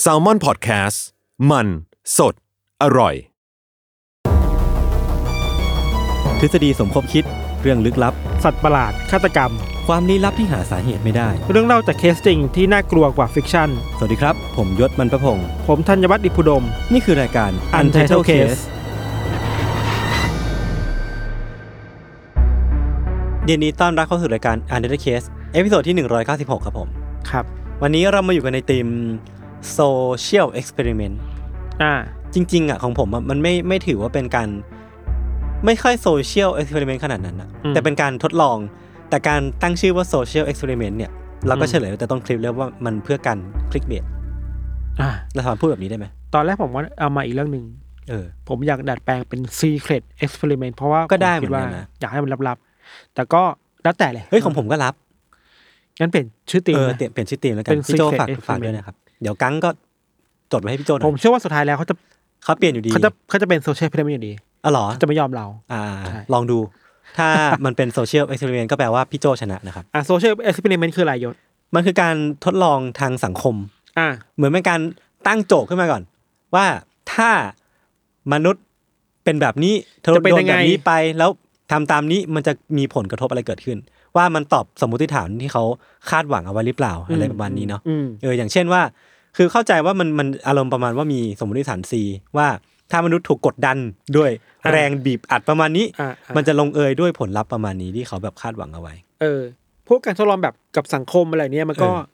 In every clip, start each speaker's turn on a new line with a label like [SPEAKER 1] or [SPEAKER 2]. [SPEAKER 1] แซลมอนพอดแคสต์มันสดอร่อย
[SPEAKER 2] ทฤษฎีสมคบคิดเรื่องลึกลับ
[SPEAKER 3] สัตว์ประหลาด ฆาตกรรม
[SPEAKER 2] ความลี้ลับที่หาสาเหตุไม่ได้
[SPEAKER 3] เรื่องเล่าจากเคสจริงที่น่ากลัวกว่าฟิกชั่น
[SPEAKER 2] สวัสดีครับ ผมยศมันประพงศ์
[SPEAKER 3] ผมธัญวัฒน์อิพุดม
[SPEAKER 2] นี่คือรายการ Untitled Case เดี๋ยวนี้ต้อนรับเข้าสู่รายการ Untitled Case เอพิโซดที่ 196 ครับผม
[SPEAKER 3] ครับ
[SPEAKER 2] วันนี้เรามาอยู่กันในทีม Social Experiment
[SPEAKER 3] อ่า
[SPEAKER 2] จริงๆอ่ะของผมอะมันไม่ไม่ถือว่าเป็นการ ไม่ค่อยโซเชียลเอ็กซ์เพร์เมนต์ขนาดนั้นนะ
[SPEAKER 3] อืม
[SPEAKER 2] แต่เป็นการทดลอง แต่การตั้งชื่อว่าโซเชียลเอ็กซ์เพร์เมนต์เนี่ย เราก็
[SPEAKER 3] อืม
[SPEAKER 2] เฉลยตั้งแต่ต้นคลิปแล้วว่ามันเพื่อการคลิกเบส
[SPEAKER 3] อ่า
[SPEAKER 2] เราสามารถพูดแบบนี้ได้ไหม
[SPEAKER 3] ตอนแรกผมว่าเอามาอีกเรื่องหนึ่ง
[SPEAKER 2] เออ
[SPEAKER 3] ผมอยากดัดแปลงเป็น Secret Experiment เพราะว่า
[SPEAKER 2] ก็ได้
[SPEAKER 3] ผคิว่า
[SPEAKER 2] เหมือนกันนะ
[SPEAKER 3] อยากให้มันลับๆ แต่ก็แล้วแต่เลย
[SPEAKER 2] เฮ้ยของผมก็รับ
[SPEAKER 3] งั้นเปลี่ยนชื่อตีม
[SPEAKER 2] เออ
[SPEAKER 3] นะ
[SPEAKER 2] เปลี่ยนเปลี่ยนชื่อทีมแล้วกั
[SPEAKER 3] เป็น น
[SPEAKER 2] พี่โจ
[SPEAKER 3] Secret
[SPEAKER 2] ฝาก
[SPEAKER 3] Experiment
[SPEAKER 2] ฝากด้วยนะครับ เดี๋ยวกังก็จดไว้ให้พี่โจหน่
[SPEAKER 3] ผ
[SPEAKER 2] อ
[SPEAKER 3] ม
[SPEAKER 2] ย
[SPEAKER 3] เชื่อว่าสุดท้ายแล้วเขาจะ
[SPEAKER 2] เขาเปลี่ยนอยู่ดี
[SPEAKER 3] เขาจะเขาจะเป็น Social Experiment อยู่ดี
[SPEAKER 2] อ๋อเหรอ
[SPEAKER 3] เขาจะไม่ยอมเรา
[SPEAKER 2] อ่า
[SPEAKER 3] ใช่
[SPEAKER 2] ลองดู ถ้ามันเป็นโซเชียลเอ็กซ์เพร์เมนต์ก็แปลว่าพี่โจชนะนะครับ
[SPEAKER 3] อ่า Social Experiment คืออะไรยศ
[SPEAKER 2] มันคือการทดลองทางสังคม
[SPEAKER 3] อ่า
[SPEAKER 2] เหมือนเป็นการตั้งโจทย์ขึ้นมาก่อน ว่าถ้ามนุษย์เป็นแบบนี้เธอ
[SPEAKER 3] จะเป็น
[SPEAKER 2] โดน
[SPEAKER 3] ยัง
[SPEAKER 2] แบ
[SPEAKER 3] ไง
[SPEAKER 2] บนี้ไป แล้วทำตามนี้มันจะมีผลกระทบอะไรเกิดขึ้น ว่ามันตอบสมมติฐานที่เขาคาดหวังเอาไว้หรือเปล่าอะไรประมาณนี้เนาะ
[SPEAKER 3] อืม
[SPEAKER 2] เอออย่างเช่นว่า คือเข้าใจว่ามันมันอารมณ์ประมาณว่ามีสมมติฐาน C ว่าถ้ามนุษย์ถูกกดดันด้วย
[SPEAKER 3] อ่า
[SPEAKER 2] แรงบีบอัดประมาณนี้
[SPEAKER 3] อ่าอ่า
[SPEAKER 2] มันจะลงเอยด้วยผลลัพธ์ประมาณนี้ที่เขาแบบคาดหวังเอาไว้
[SPEAKER 3] เออพวกการทดลองแบบกับสังคมอะไรเนี้ยมันก็
[SPEAKER 2] เออ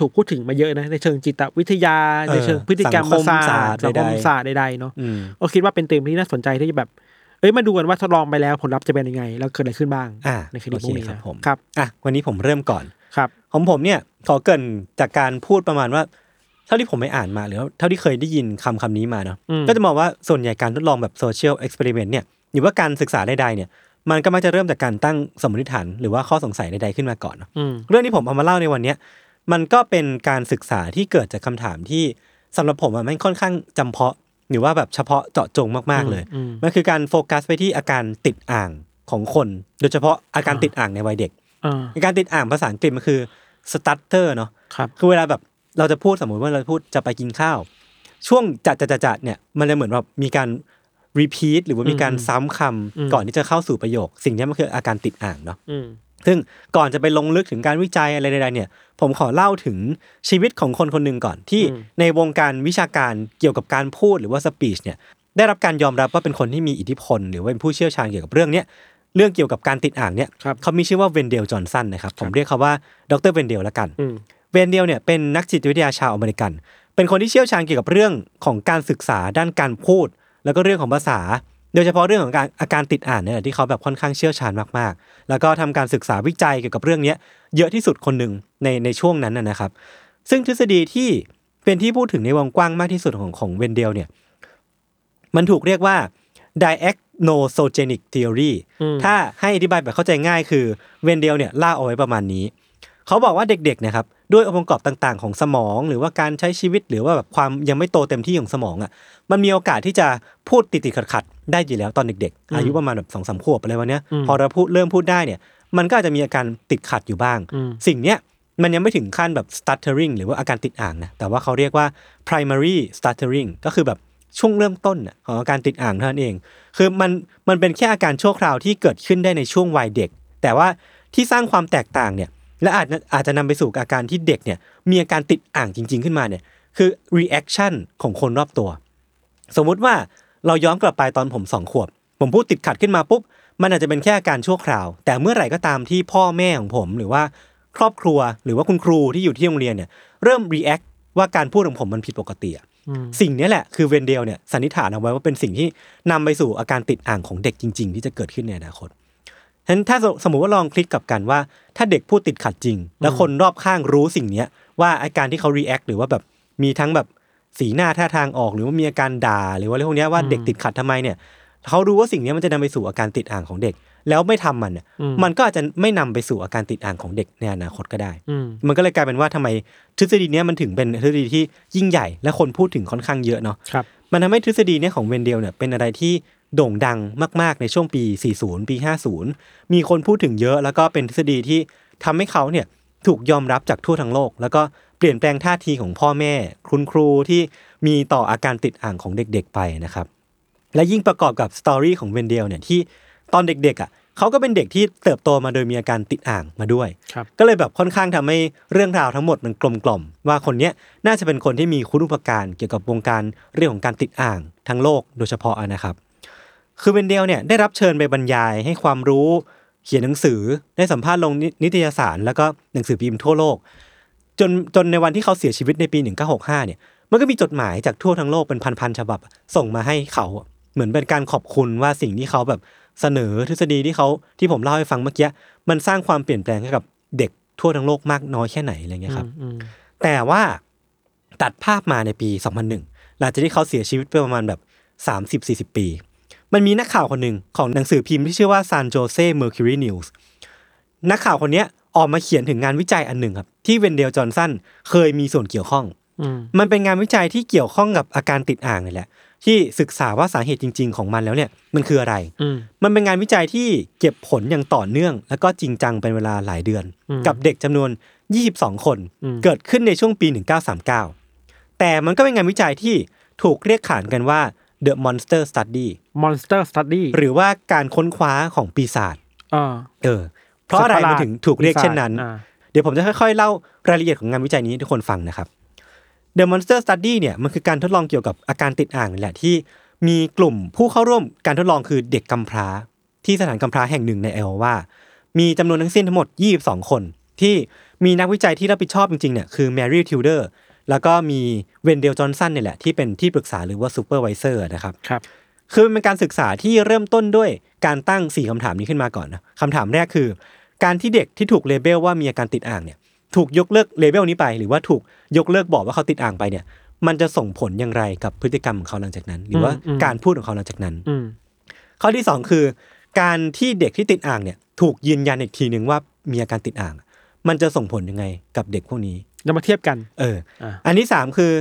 [SPEAKER 3] ถูกพูดถึงมาเยอะนะในเชิงจิตวิทยา
[SPEAKER 2] เออ
[SPEAKER 3] ในเชิงพฤติกรรม
[SPEAKER 2] สังคมศาสตร์
[SPEAKER 3] สังคม
[SPEAKER 2] ใดๆ
[SPEAKER 3] ศาสตร์ใดๆเนาะ
[SPEAKER 2] อืม
[SPEAKER 3] ก็คิดว่าเป็นธีมที่น่าสนใจที่จะแบบ เอ้ยมาดูกันว่าทดลองไปแล้วผลลัพธ์จะเป็นยังไง แล้วเกิดอะไรขึ้นบ้าง
[SPEAKER 2] อ่า
[SPEAKER 3] ในคดี
[SPEAKER 2] โอเค
[SPEAKER 3] พวกนี้
[SPEAKER 2] ครั
[SPEAKER 3] นะ
[SPEAKER 2] บผม
[SPEAKER 3] ครับ
[SPEAKER 2] อ่ะวันนี้ผมเริ่มก่อน
[SPEAKER 3] ครับ
[SPEAKER 2] ของผมเนี่ยขอเกรินจากการพูดประมาณว่า เท่าที่ผมไปอ่านมาหรือว่าเท่าที่เคยได้ยินคำคำนี้มาเนาะ
[SPEAKER 3] อืม
[SPEAKER 2] ก็จะมองว่าส่วนใหญ่การทดลองแบบโซเชียลเอ็กซ์เพร์เมนต์เนี่ยหรือว่าการศึกษาใดๆเนี่ยมันก็มักจะเริ่มจากการตั้งสมมติฐาน หรือว่าข้อสงสัยใดๆขึ้นมาก่อนเนาะ
[SPEAKER 3] อืม
[SPEAKER 2] เรื่องที่ผมเอามาเล่าในวันเนี้ยมันก็เป็นการศึกษาที่เกิดจากคำถามที่สำหรับผมอะมันค่อนข้างจำเพาะ หรือว่าแบบเฉพาะเจาะจงมากๆเลย
[SPEAKER 3] อืม
[SPEAKER 2] มันคือการโฟกัสไปที่อาการติดอ่างของคน โดยเฉพาะอาการติดอ่างในวัยเด็ก
[SPEAKER 3] อ่า
[SPEAKER 2] การติดอ่างภาษาอังกฤษมันคือ stutter เนาะ
[SPEAKER 3] ครับ
[SPEAKER 2] คือเวลาแบบเราจะพูดสมมติว่าเราพูดจะไปกินข้าว ช่วงจัดจัดจัดจัดเนี่ยมันจะเหมือนแบบมีการ repeat หรือว่ามีการซ้ำคำก่อนที่จะเข้าสู่ประโยค สิ่งนี้มันคืออาการติดอ่างเนาะ
[SPEAKER 3] อืม
[SPEAKER 2] ซึ่งก่อนจะไปลงลึกถึงการวิจัยอะไรใดๆเนี่ยผมขอเล่าถึงชีวิตของคนคนหนึ่งก่อนที่ในวงการวิชาการเกี่ยวกับการพูดหรือว่า speech เนี่ยได้รับการยอมรับว่าเป็นคนที่มีอิทธิพล หรือว่าเป็นผู้เชี่ยวชาญเกี่ยวกับเรื่องเนี้ยเรื่องเกี่ยวกับการติดอ่างเนี่ย
[SPEAKER 3] ครับ
[SPEAKER 2] เขามีชื่อว่าเวนเดลจอห์นสันนะครับผมเรียกเขาว่าดรเวนเดลละกัน
[SPEAKER 3] อืม
[SPEAKER 2] เวนเดลเนี่ยเป็นนักจิตวิทยาชาวอเมริกัน เป็นคนที่เชี่ยวชาญเกี่ยวกับเรื่องของการศึกษาด้านการพูด แล้วก็เรื่องของภาษา โดยเฉพาะเรื่องของการอาการติดอ่านเนี่ยที่เขาแบบค่อนข้างเชี่ยวชาญมากๆ แล้วก็ทำการศึกษาวิจัยเกี่ยวกับเรื่องเนี้ยเยอะที่สุดคนหนึ่งในในช่วงนั้นนะนะครับ ซึ่งทฤษฎีที่เป็นที่พูดถึงในวงกว้างมากที่สุดของของเวนเดลเนี่ยมันถูกเรียกว่า diagnosogenic theory ถ้าให้อธิบายแบบเข้าใจง่ายคือเวนเดลเนี่ยเล่าเอาไว้ประมาณนี้ เขาบอกว่าเด็กๆเนะครับด้วยองค์ประกอบต่างๆ ของสมอง หรือว่าการใช้ชีวิตหรือว่าแบบความยังไม่โตเต็มที่ของสมองอ่ะมันมีโอกาสที่จะพูดติดๆขัดๆได้อยู่แล้วตอนเด็กๆ อายุประมาณแบบสองสามขวบอะไรวันเนี้ยพอเราพูดเริ่มพูดได้เนี่ยมันก็อาจจะมีอาการติดขัดอยู่บ้าง สิ่งเนี้ยมันยังไม่ถึงขั้นแบบ stuttering หรือว่าอาการติดอ่างนะแต่ว่าเขาเรียกว่า primary stuttering ก็คือแบบช่วงเริ่มต้นน่ะของอาการติดอ่างเท่านั้นเอง คือมันมันเป็นแค่อาการชั่วคราวที่เกิดขึ้นได้ในช่วงวัยเด็ก แต่ว่าที่สร้างความแตกต่างเนี่ย และอาจอาจจะนำไปสู่อาการที่เด็กเนี่ยมีอาการติดอ่างจริง ๆขึ้นมาเนี่ยคือ reaction ของคนรอบตัว สมมุติว่าเราย้อนกลับไปตอนผมสองขวบ ผมพูดติดขัดขึ้นมาปุ๊บ มันอาจจะเป็นแค่อาการชั่วคราว แต่เมื่อไหร่ก็ตามที่พ่อแม่ของผม หรือว่าครอบครัวหรือว่าคุณครูที่อยู่ที่โรงเรียนเนี่ยเริ่ม react ว่าการพูดของผมมันผิดปกติอะสิ่งเนี้ยแหละคือเวนเดลเนี่ยสันนิษฐานเอาไว้ว่าเป็นสิ่งที่นำไปสู่อาการติดอ่างของเด็กจริง ๆ ที่จะเกิดขึ้นในอนาคต ฉะนั้นถ้าสสมมุติว่าลองคลิกกลับกันว่า ถ้าเด็กพูดติดขัดจริง แล้วคนรอบข้างรู้สิ่งเนี้ยว่าอาการที่เขา react หรือว่าแบบมีทั้งแบบ สีหน้าท่าทางออกหรือว่ามีอาการด่า หรือว่าอะไรพวกเนี้ยว่าเด็กติดขัดทำไมเนี่ยเขารู้ว่าสิ่งเนี้ยมันจะนำไปสู่อาการติดอ่างของเด็ก แล้วไม่ทำมันเนี่ย
[SPEAKER 3] อืม
[SPEAKER 2] มันก็อาจจะไม่นำไปสู่อาการติดอ่างของเด็กในอนาคตก็ได้
[SPEAKER 3] อืม
[SPEAKER 2] มันก็เลยกลายเป็นว่าทำไมทฤษฎีเนี้ยมันถึงเป็นทฤษฎีที่ยิ่งใหญ่และคนพูดถึงค่อนข้างเยอะเนาะ
[SPEAKER 3] ครับ
[SPEAKER 2] มันทำให้ทฤษฎีเนี่ยของเวนเดลเนี่ยเป็นอะไรที่โด่งดังมาก ๆ ในช่วงปี 40 ปี 50 มีคนพูดถึงเยอะแล้วก็เป็นทฤษฎีที่ทำให้เขาเนี่ยถูกยอมรับจากทั่วทั้งโลก แล้วก็เปลี่ยนแปลงท่าทีของพ่อแม่ คุณครูที่มีต่ออาการติดอ่างของเด็กๆไปนะครับ และยิ่งประกอบกับสตอรี่ของเวนเดลเนี่ยที่ตอนเด็กๆอ่ะเขาก็เป็นเด็กที่เติบโตมาโดยมีอาการติดอ่างมาด้วย
[SPEAKER 3] ครับ
[SPEAKER 2] ก็เลยแบบค่อนข้างทำให้เรื่องราวทั้งหมดมันกลมกล่อมๆว่าคนเนี้ยน่าจะเป็นคนที่มีคุณูปการเกี่ยวกับวงการเรื่องของการติดอ่างทั้งโลกโดยเฉพาะอะนะครับ คือเวนเดลเนี่ยได้รับเชิญไปบรรยายให้ความรู้ เขียนหนังสือได้สัมภาษณ์ลงนินิตยสาร แล้วก็หนังสือพิมพ์ทั่วโลก จนจนในวันที่เขาเสียชีวิตในปี 1965 เนี่ยมันก็มีจดหมายจากทั่วทั้งโลกเป็นพันๆฉบับ ส่งมาให้เขาอะเหมือนเป็นการขอบคุณว่าสิ่งที่เขาแบบเสนอทฤษฎีที่เขาที่ผมเล่าให้ฟังเมื่อกี้มันสร้างความเปลี่ยนแปลงให้กับเด็กทั่วทั้งโลกมากน้อยแค่ไหนอะไรเงี้ยครับ
[SPEAKER 3] อืม
[SPEAKER 2] แต่ว่าตัดภาพมาในปี 2001 หลังจากที่เขาเสียชีวิตไปประมาณแบบ 30-40 ปี มันมีนักข่าวคนหนึ่งของหนังสือพิมพ์ที่ชื่อว่า San Jose Mercury News นักข่าวคนเนี้ยออกมาเขียนถึงงานวิจัยอันหนึ่งครับ ที่เวนเดลจอห์นสันเคยมีส่วนเกี่ยวข้อง
[SPEAKER 3] อืม
[SPEAKER 2] มันเป็นงานวิจัยที่เกี่ยวข้องกับอาการติดอ่างนี่แหละ ที่ศึกษาว่าสาเหตุจริง ๆ ของมันแล้วเนี่ยมันคืออะไร
[SPEAKER 3] อืม
[SPEAKER 2] มันเป็นงานวิจัยที่เก็บผลอย่างต่อเนื่อง และก็จริงจังเป็นเวลาหลายเดือน
[SPEAKER 3] อืม
[SPEAKER 2] กับเด็กจำนวน 22 คน
[SPEAKER 3] อืม
[SPEAKER 2] เกิดขึ้นในช่วงปี 1939 แต่มันก็เป็นงานวิจัยที่ถูกเรียกขานกันว่า The Monster Study
[SPEAKER 3] Monster Study
[SPEAKER 2] หรือว่าการค้นคว้าของปีศาจ
[SPEAKER 3] เออ
[SPEAKER 2] เออ เพราะอะไร
[SPEAKER 3] สัตปด
[SPEAKER 2] มันถึงถูกเรียกเช่นนั้น
[SPEAKER 3] อ่า
[SPEAKER 2] เดี๋ยวผมจะค่อยๆ เล่ารายละเอียดของงานวิจัยนี้ให้ทุกคนฟังนะครับ The Monster Study เนี่ยมันคือการทดลองเกี่ยวกับอาการติดอ่างนี่แหละที่มีกลุ่มผู้เข้าร่วมการทดลองคือเด็กกำพร้า ที่สถานกำพร้าแห่งหนึ่งในไอโอวา มีจำนวนทั้งสิ้นทั้งหมด 22 คน ที่มีนักวิจัยที่รับผิดชอบจริงๆเนี่ยคือแมรี่ทิวเดอร์แล้วก็มีเวนเดลจอห์นสันเนี่ยแหละที่เป็นที่ปรึกษาหรือว่าซูเปอร์ไวิเซอร์นะครับ
[SPEAKER 3] ครับ
[SPEAKER 2] คือมันเป็นการศึกษาที่เริ่มต้นด้วยการตั้ง 4คำถามนี้ขึ้นมาก่อนนะคำถามแรกคือ การที่เด็กที่ถูกเลเบลว่ามีอาการติดอ่างเนี่ยถูกยกเลิกเลเบลนี้ไป หรือว่าถูกยกเลิกบอกว่าเขาติดอ่างไปเนี่ย มันจะส่งผลอย่างไรกับพฤติกรรมของเขาหลังจากนั้น หรือว่า
[SPEAKER 3] อืม
[SPEAKER 2] การพูดของเขาหลังจากนั้น
[SPEAKER 3] อืม
[SPEAKER 2] ข้อที่สองคือ การที่เด็กที่ติดอ่างเนี่ยถูกยืนยันอีกทีหนึ่งว่ามีอาการติดอ่าง มันจะส่งผลยังไงกับเด็กพวกนี้
[SPEAKER 3] เรามาเทียบกัน
[SPEAKER 2] เออ
[SPEAKER 3] อ่ะ
[SPEAKER 2] อันที่สามคือ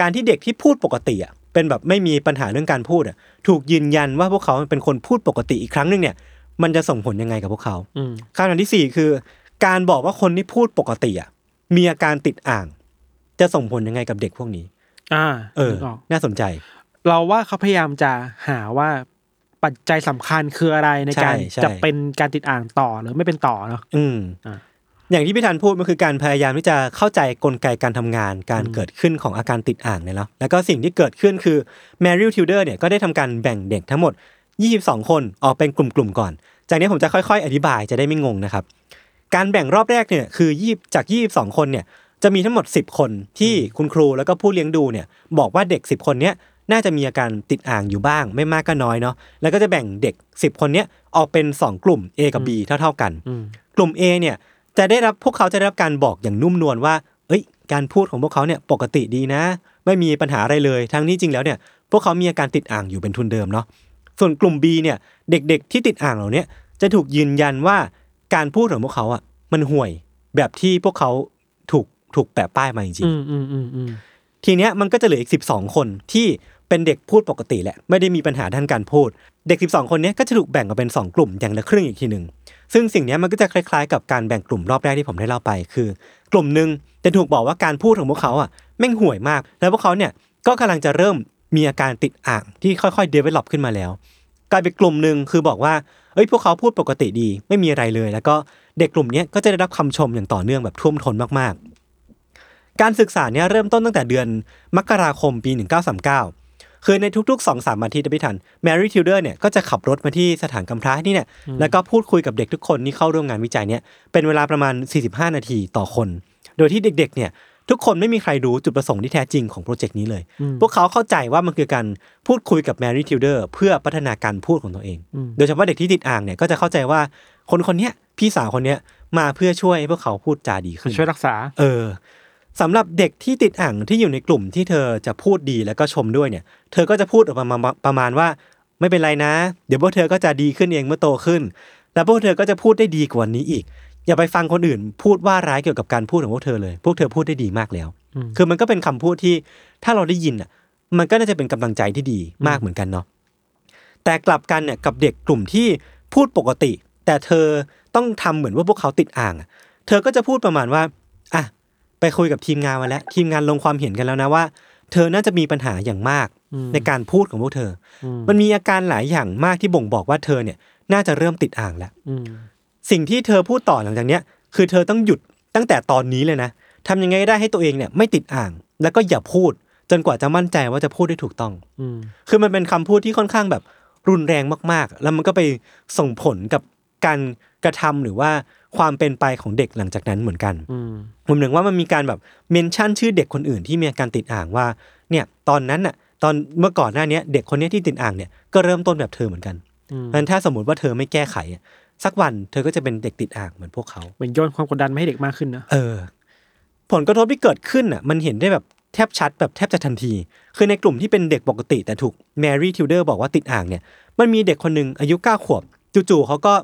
[SPEAKER 2] การที่เด็กที่พูดปกติอ่ะ เป็นแบบไม่มีปัญหาเรื่องการพูดอ่ะ ถูกยืนยันว่าพวกเขาเป็นคนพูดปกติอีกครั้งหนึ่งเนี่ย มันจะส่งผลยังไงกับพวกเขา
[SPEAKER 3] อืม
[SPEAKER 2] คำถามที่สี่คือ การบอกว่าคนที่พูดปกติอ่ะ มีอาการติดอ่าง จะส่งผลยังไงกับเด็กพวกนี้
[SPEAKER 3] อ่า
[SPEAKER 2] เออ
[SPEAKER 3] นึกก
[SPEAKER 2] น่าสนใจ
[SPEAKER 3] เราว่าเขาพยายามจะหาว่าปัจจัยสำคัญคืออะไรในการ
[SPEAKER 2] ใช่ใช่
[SPEAKER 3] จะเป็นการติดอ่างต่อหรือไม่เป็นต่อเนาะ
[SPEAKER 2] อืม
[SPEAKER 3] อ่ะ
[SPEAKER 2] อย่างที่พี่ธันพูดมันคือการพยายามที่จะเข้าใจกลไกการทำงาน การเกิดขึ้นของอาการติดอ่างเนี่ยเนาะแล้วก็สิ่งที่เกิดขึ้นคือแมรี่ทิวเดอร์เนี่ยก็ได้ทำการแบ่งเด็กทั้งหมด 22 คนออกเป็นกลุ่มๆก่อน จากนี้ผมจะค่อยๆ อธิบายจะได้ไม่งงนะครับ การแบ่งรอบแรกเนี่ยคือ20จาก 22 คนเนี่ยจะมีทั้งหมด 10 คนที่คุณครูแล้วก็ผู้เลี้ยงดูเนี่ยบอกว่าเด็ก 10 คนเนี้ยน่าจะมีอาการติดอ่างอยู่บ้าง ไม่มากก็น้อยเนาะแล้วก็จะแบ่งเด็ก 10 คนเนี้ยออกเป็นสองกลุ่ม A กับ B เท่าๆกัน
[SPEAKER 3] อืม
[SPEAKER 2] กลุ่ม A เนี่ยจะได้รับพวกเขาจะได้รับการบอกอย่างนุ่มนวลว่า เอ้ย การพูดของพวกเขาเนี่ยปกติดีนะ ไม่มีปัญหาอะไรเลย ทั้งนี้จริงแล้วเนี่ย พวกเขามีอาการติดอ่างอยู่เป็นทุนเดิมเนาะ ส่วนกลุ่ม B เนี่ยเด็กๆ ที่ติดอ่างเหล่าเนี้ยจะถูกยืนยันว่าการพูดของพวกเขาอ่ะมันห่วยแบบที่พวกเขาถูกถูกแปะป้ายมาจริงๆ
[SPEAKER 3] อืมอืมอืมอืม
[SPEAKER 2] ทีเนี้ยมันก็จะเหลืออีก 12 คนที่เป็นเด็กพูดปกติแหละ ไม่ได้มีปัญหาด้านการพูด เด็ก 12 คนเนี้ยก็จะถูกแบ่งออกเป็น 2 กลุ่มอย่างละครึ่งอีกทีหนึ่งซึ่งสิ่งเนี้ยมันก็จะคล้ายๆ กับการแบ่งกลุ่มรอบแรกที่ผมได้เล่าไป คือ กลุ่มหนึ่งจะถูกบอกว่าการพูดของพวกเขาอ่ะแม่งห่วยมาก แล้วพวกเขาเนี่ยก็กำลังจะเริ่มมีอาการติดอ่างที่ค่อยๆเดเวล็อปขึ้นมาแล้ว กลายเป็นกลุ่มหนึ่งคือบอกว่าเอ้ยพวกเขาพูดปกติดี ไม่มีอะไรเลย แล้วก็เด็กกลุ่มเนี้ยก็จะได้รับคำชมอย่างต่อเนื่องแบบท่วมท้นมากๆ การศึกษาเนี่ยเริ่มต้นตั้งแต่เดือนมกราคมปี 1939 คือในทุกๆ 2-3สามอาทิตย์นะพี่ทันแมรี่ทิวเดอร์เนี่ยก็จะขับรถมาที่สถานกำพร้าที่เนี่ยแล้วก็พูดคุยกับเด็กทุกคนที่เข้าร่วมงานวิจัยเนี่ยเป็นเวลาประมาณ 45 นาทีต่อคน โดยที่เด็กๆเนี่ยทุกคนไม่มีใครรู้จุดประสงค์ที่แท้จริงของโปรเจกต์นี้เลย
[SPEAKER 3] อืม
[SPEAKER 2] พวกเขาเข้าใจว่ามันคือการพูดคุยกับแมรี่ทิวเดอร์เพื่อพัฒนาการพูดของตัวเอง
[SPEAKER 3] อืม
[SPEAKER 2] โดยเฉพาะเด็กที่ติดอ่างเนี่ยก็จะเข้าใจว่าคนคนเนี้ยพี่สาวคนเนี้ยมาเพื่อช่วยให้พวกเขาพูดจาดีขึ้น
[SPEAKER 3] ช่วยรักษา
[SPEAKER 2] เออ สำหรับเด็กที่ติดอ่างที่อยู่ในกลุ่มที่เธอจะพูดดีแล้วก็ชมด้วยเนี่ย เธอก็จะพูดออกมาประมาณประมาณว่า ไม่เป็นไรนะ เดี๋ยวพวกเธอก็จะดีขึ้นเองเมื่อโตขึ้น แล้วพวกเธอก็จะพูดได้ดีกว่านี้อีก อย่าไปฟังคนอื่น พูดว่าร้ายเกี่ยวกับการพูดของพวกเธอเลย พวกเธอพูดได้ดีมากแล้ว
[SPEAKER 3] อืม
[SPEAKER 2] คือมันก็เป็นคำพูดที่ถ้าเราได้ยินอ่ะ มันก็น่าจะเป็นกำลังใจที่ดีมากเหมือนกันเนาะ แต่กลับกันเนี่ยกับเด็กกลุ่มที่พูดปกติ แต่เธอต้องทำเหมือนว่าพวกเขาติดอ่างอะเธอก็จะพูดประมาณว่าอ่ะไปคุยกับทีมงานมาแล้ว ทีมงานลงความเห็นกันแล้วนะว่า เธอน่าจะมีปัญหาอย่างมากในการพูดของพวกเธออ
[SPEAKER 3] ม
[SPEAKER 2] มันมีอาการหลายอย่างมากที่บ่งบอกว่าเธอเนี่ยน่าจะเริ่มติดอ่างแล้ว
[SPEAKER 3] อืม
[SPEAKER 2] สิ่งที่เธอพูดต่อหลังจากเนี้ยคือเธอต้องหยุดตั้งแต่ตอนนี้เลยนะทำยังไงก็ได้ให้ตัวเองเนี่ยไม่ติดอ่าง แล้วก็อย่าพูด จนกว่าจะมั่นใจว่าจะพูดได้ถูกต้อง
[SPEAKER 3] อืม
[SPEAKER 2] คือมันเป็นคำพูดที่ค่อนข้างแบบรุนแรงมากๆ แล้วมันก็ไปส่งผลกับการกระทำหรือว่าความเป็นไปของเด็กหลังจากนั้นเหมือนกัน
[SPEAKER 3] อืม
[SPEAKER 2] รวมถึงว่ามันมีการแบบเมนชั่นชื่อเด็กคนอื่นที่มีอาการติดอ่างว่าเนี่ยตอนนั้นน่ะตอนเมื่อก่อนหน้าเนี้ยเด็กคนเนี้ยที่ติดอ่างเนี่ยก็เริ่มต้นแบบเธอเหมือนกัน
[SPEAKER 3] อืม
[SPEAKER 2] งั้นถ้าสมมติว่าเธอไม่แก้ไขอ่ะสักวันเธอก็จะเป็นเด็กติดอ่างเหมือนพวกเขา
[SPEAKER 3] เหมือนโยนความกดดันมาให้เด็กมากขึ้นนะ
[SPEAKER 2] เออ ผลกระทบที่เกิดขึ้นน่ะ มันเห็นได้แบบแทบชัดแบบแทบจะทันที คือในกลุ่มที่เป็นเด็กปกติ แต่ถูกแมรี่ทิวเดอร์บอกว่าติดอ่างเนี่ย มันมีเด็กคนหนึ่งอายุเก้าขวบ จู่ๆเขาก็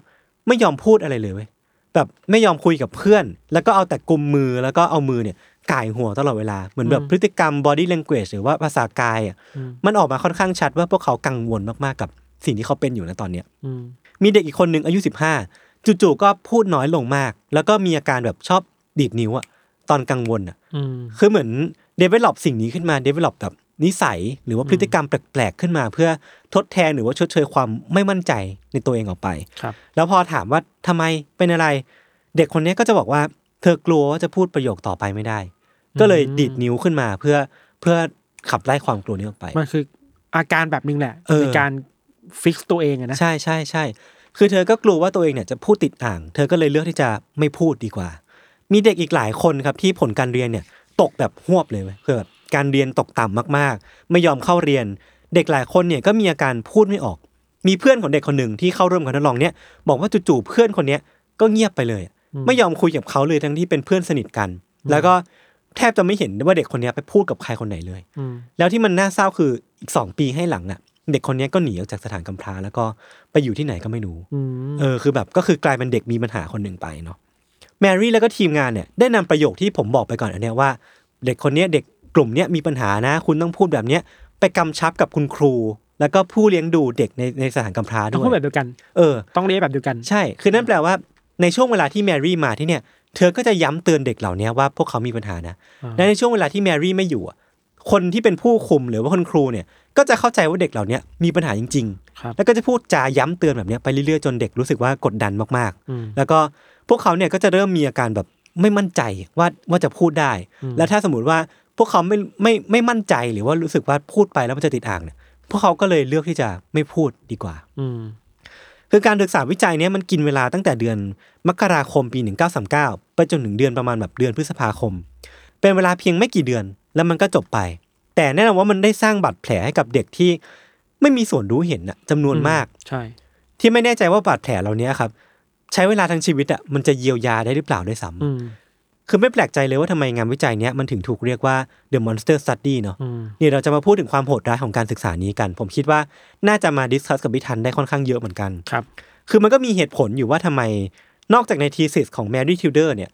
[SPEAKER 2] ไม่ยอมพูดอะไรเลยเว้ยแบบไม่ยอมคุยกับเพื่อน แล้วก็เอาแต่กุมมือแล้วก็เอามือเนี่ยก่ายหัวตลอดเวลา เหมือนแบบพฤติกรรม body language หรือว่าภาษากายอ่ะมันออกมาค่อนข้างชัดว่าพวกเขากังวลมากๆกับสิ่งที่เขาเป็นอยู่นะตอนเนี้ย
[SPEAKER 3] อืม
[SPEAKER 2] มีเด็กอีกคนหนึ่งอายุ 15 จู่ๆก็พูดน้อยลงมาก แล้วก็มีอาการแบบชอบดีดนิ้วอะตอนกังวลอะ
[SPEAKER 3] อืม
[SPEAKER 2] คือเหมือนเดเวล็อปสิ่งนี้ขึ้นมาเดเวล็อปแบบนิสัย หรือว่าพฤติกรรมแปลกๆขึ้นมา เพื่อทดแทนหรือว่าชดเชยความไม่มั่นใจในตัวเองออกไป
[SPEAKER 3] ครับ
[SPEAKER 2] แล้วพอถามว่าทำไมเป็นอะไร เด็กคนนี้ก็จะบอกว่า เธอกลัวว่าจะพูดประโยคต่อไปไม่ได้ ก็เลยดีดนิ้วขึ้นมาเพื่อเพื่อขับไล่ความกลัวนี้ออกไป
[SPEAKER 3] มันคืออาการแบบนึงแหละ
[SPEAKER 2] เออ
[SPEAKER 3] ในการฟิกซ์ตัวเองอะนะ
[SPEAKER 2] ใช่ใช่ใช่ คือเธอก็กลัวว่าตัวเองเนี่ยจะพูดติดอ่าง เธอก็เลยเลือกที่จะไม่พูดดีกว่า มีเด็กอีกหลายคนครับที่ผลการเรียนเนี่ยตกแบบหวบเลยเว้ยคือแบบการเรียนตกต่ำมากๆ ไม่ยอมเข้าเรียน เด็กหลายคนเนี่ยก็มีอาการพูดไม่ออก มีเพื่อนของเด็กคนหนึ่งที่เข้าร่วมการทดลองเนี่ยบอกว่าจู่ๆเพื่อนคนเนี้ยก็เงียบไปเลย ไม่ยอมคุยกับเขาเลยทั้งที่เป็นเพื่อนสนิทกัน แล้วก็แทบจะไม่เห็นว่าเด็กคนเนี้ยไปพูดกับใครคนไหนเลย
[SPEAKER 3] อืม
[SPEAKER 2] แล้วที่มันน่าเศร้าคืออีกสองปีให้หลังน่ะ เด็กคนเนี้ยก็หนีออกจากสถานกำพร้าแล้วก็ไปอยู่ที่ไหนก็ไม่รู้
[SPEAKER 3] อืม
[SPEAKER 2] เออคือแบบก็คือกลายเป็นเด็กมีปัญหาคนหนึ่งไปเนาะแมรี่แล้วก็ทีมงานเนี่ยได้นำประโยคที่ผมบอกไปก่อนอันเนี้ยว่า เด็กคนเนี้ยเด็กกลุ่มเนี้ยมีปัญหานะ คุณต้องพูดแบบเนี้ยไปกำชับกับคุณครู แล้วก็ผู้เลี้ยงดูเด็กในในสถานกำพร้า
[SPEAKER 3] ต้อง
[SPEAKER 2] ด้ว
[SPEAKER 3] พูดแบ
[SPEAKER 2] ย
[SPEAKER 3] บเดียวกัน
[SPEAKER 2] เออ
[SPEAKER 3] ต้องเรียกแบบเดียวกัน
[SPEAKER 2] ใช่ คือนั่นแปลว่าในช่วงเวลาที่แมรี่มาที่เนี่ย เธอก็จะย้ำเตือนเด็กเหล่านี้ว่าพวกเขามีปัญหานะ และในช่วงเวลาที่แมรี่ไม่อยู่อะคนที่เป็นผู้คุมหรือว่าคนครูเนี่ย ก็จะเข้าใจว่าเด็กเหล่านี้มีปัญหาจริง
[SPEAKER 3] ครับ
[SPEAKER 2] ๆ แล้วก็จะพูดจาย้ำเตือนแบบเนี้ยไปเรื่อยๆจนเด็กรู้สึกว่ากดดันมาก
[SPEAKER 3] อืม
[SPEAKER 2] ๆ แล้วก็พวกเขาเนี่ยก็จะเริ่มมีอาการแบบไม่มั่นใจว่าว่าจะพูดได้ แล้วถ้าสมมติว่าพวกเขาไม่ไม่ไม่มั่นใจหรือว่ารู้สึกว่าพูดไปแล้วมันจะติดอ่างเนี่ย พวกเขาก็เลยเลือกที่จะไม่พูดดีกว่า
[SPEAKER 3] อืม
[SPEAKER 2] คือการศึกษาวิจัยเนี้ยมันกินเวลาตั้งแต่เดือนมกราคมปี 1939 ไปจนถึงเดือนประมาณแบบเดือนพฤษภาคม เป็นเวลาเพียงไม่กี่เดือนแล้วมันก็จบไป แต่แน่นอนว่ามันได้สร้างบาดแผลให้กับเด็กที่ไม่มีส่วนรู้เห็นอะจำนวนมาก
[SPEAKER 3] ใช่
[SPEAKER 2] ที่ไม่แน่ใจว่าบาดแผลเหล่านี้ครับ ใช้เวลาทั้งชีวิตอะมันจะเยียวยาได้หรือเปล่าด้วยซ้
[SPEAKER 3] อืม
[SPEAKER 2] ำคือไม่แปลกใจเลยว่าทำไมงานวิจัยเนี้ยมันถึงถูกเรียกว่า The Monster Study เนาะ
[SPEAKER 3] อืม
[SPEAKER 2] เนี่ยเราจะมาพูดถึงความโหดร้ายของการศึกษานี้กัน ผมคิดว่าน่าจะมาดิสคัสกับพิทันได้ค่อนข้างเยอะเหมือนกัน
[SPEAKER 3] ครับ
[SPEAKER 2] คือมันก็มีเหตุผลอยู่ว่าทำไมนอกจากในทีสิสของแมรี่ทิวเดอร์เนี่ย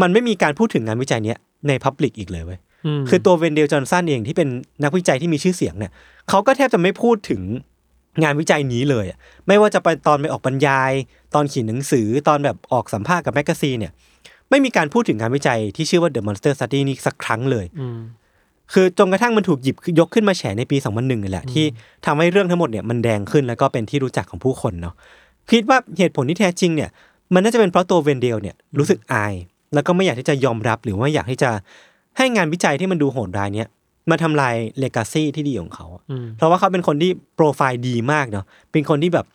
[SPEAKER 2] มันไม่มีการพูดถึงงานวิจัยเนี้ยในพับลิกอีกเลยเว้ย
[SPEAKER 3] อืม
[SPEAKER 2] คือตัวเวนเดลจอห์นสันเองที่เป็นนักวิจัยที่มีชื่อเสียงเนี่ยเขาก็แทบจะไม่พูดถึงงานวิจัยนี้เลยอะไม่ว่าจะไปตอนไปออกบรรยาย ตอนเขียนหนังสือตอนแบบออกสัมภาษณ์กับแมกกาซีนเนี่ยไม่มีการพูดถึงงานวิจัยที่ชื่อว่า The Monster Study นี้สักครั้งเลย
[SPEAKER 3] อืม
[SPEAKER 2] คือจนกระทั่งมันถูกหยิบยกขึ้นมาแฉในปี 2001นี่แหละ ที่ทำให้เรื่องทั้งหมดเนี่ยมันแดงขึ้นแล้วก็เป็นที่รู้จักของผู้คนเนาะคิดว่าเหตุผลที่แท้จริงเนี่ย มันน่าจะเป็นเพราะตัวเวนเดลเนี่ยรู้สึกอาย แล้วก็ไม่อยากที่จะยอมรับหรือว่าอยากที่จะให้งานวิจัยที่มันดูโหดร้ายเนี่ยมาทำลายเลกาซีที่ดีของเขาอะ
[SPEAKER 3] อืม
[SPEAKER 2] เพราะว่าเขาเป็นคนที่โปรไฟล์ดีมากเนาะเป็นคนที่แบบ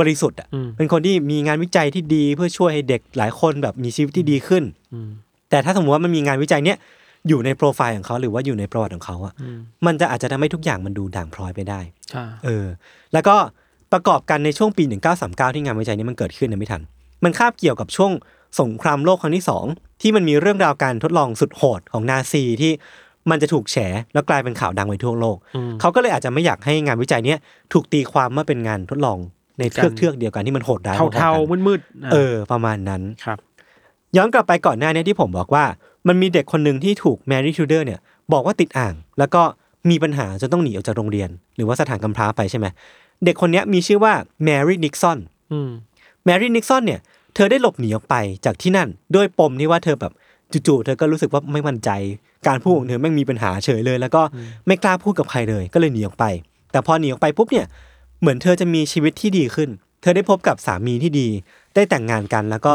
[SPEAKER 2] บริสุทธิ์อ่ะ
[SPEAKER 3] อืม
[SPEAKER 2] เป็นคนที่มีงานวิจัยที่ดีเพื่อช่วยให้เด็กหลายคนแบบมีชีวิตที่ดีขึ้น
[SPEAKER 3] อืม
[SPEAKER 2] แต่ถ้าสมมติว่ามันมีงานวิจัยเนี้ยอยู่ในโปรไฟล์ของเขาหรือว่าอยู่ในประวัติของเขาอะ
[SPEAKER 3] อืม
[SPEAKER 2] มันจะอาจจะทำให้ทุกอย่างมันดูด่างพร้อยไปได้
[SPEAKER 3] ใช่
[SPEAKER 2] เออ แล้วก็ประกอบกันในช่วงปี 1939 ที่งานวิจัยนี้มันเกิดขึ้นนะไม่ทัน มันคาบเกี่ยวกับช่วง สงครามโลกครั้งที่สองที่มันมีเรื่องราวการทดลองสุดโหดของนาซีที่มันจะถูกแฉแล้วกลายเป็นข่าวดังไปทั่วโลก เขาก็เลยอาจจะไม่อยากให้งานวิจัยเนี้ยถูกตีความว่าเป็นงานทดลองในเทือกเทือกเดียวกันที่มันโหดร้ายพอๆ
[SPEAKER 3] เทา
[SPEAKER 2] กัน
[SPEAKER 3] ๆมืดๆนะ
[SPEAKER 2] เออ ประมาณนั้น
[SPEAKER 3] ครับ
[SPEAKER 2] ย้อนกลับไปก่อนหน้าเนี้ที่ผมบอกว่า มันมีเด็กคนหนึ่งที่ถูกแมรี่ชูเดอร์เนี่ยบอกว่าติดอ่าง แล้วก็มีปัญหาจนต้องหนีออกจากโรงเรียน หรือว่าสถานกำพร้าไปใช่ไหมเด็กคนเนี้ยมีชื่อว่าแมรี่นิกซอน
[SPEAKER 3] อืม
[SPEAKER 2] แมรี่นิกซอนเนี่ยเธอได้หลบหนีออกไปจากที่นั่น ด้วยปมที่ว่าเธอแบบจู่ๆเธอก็รู้สึกว่าไม่มั่นใจ การพูดของเธอแม่งมีปัญหาเฉยเลย แล้วก็ไม่กล้าพูดกับใครเลยก็เลยหนีออกไป แต่พอหนีออกไปปุ๊บเนี่ย เหมือนเธอจะมีชีวิตที่ดีขึ้น เธอได้พบกับสามีที่ดี ได้แต่งงานกัน แล้วก็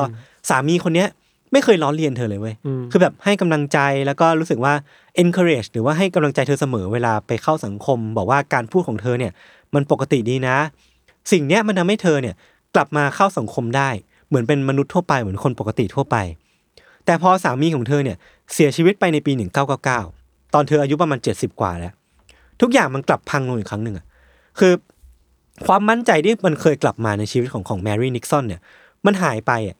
[SPEAKER 2] สามีคนเนี้ยไม่เคยล้อเลียนเธอเลยเว้ย
[SPEAKER 3] อืม
[SPEAKER 2] คือแบบให้กำลังใจแล้วก็รู้สึกว่า encourage หรือว่าให้กำลังใจเธอเสมอเวลาไปเข้าสังคม บอกว่าการพูดของเธอเนี่ยมันปกติดีนะ สิ่งเนี้ยมันทำให้เธอเนี่ยกลับมาเข้าสังคมได้ เหมือนเป็นมนุษย์ทั่วไปเหมือนคนปกติทั่วไป แต่พอสามีของเธอเนี่ยเสียชีวิตไปในปี 1999 ตอนเธออายุประมาณ 70 กว่าแล้ว ทุกอย่างมันกลับพังลงอีกครั้งหนึ่งอะคือ ความมั่นใจที่มันเคยกลับมาในชีวิตของของแมรี่นิกซอนเนี่ยมันหายไปอะ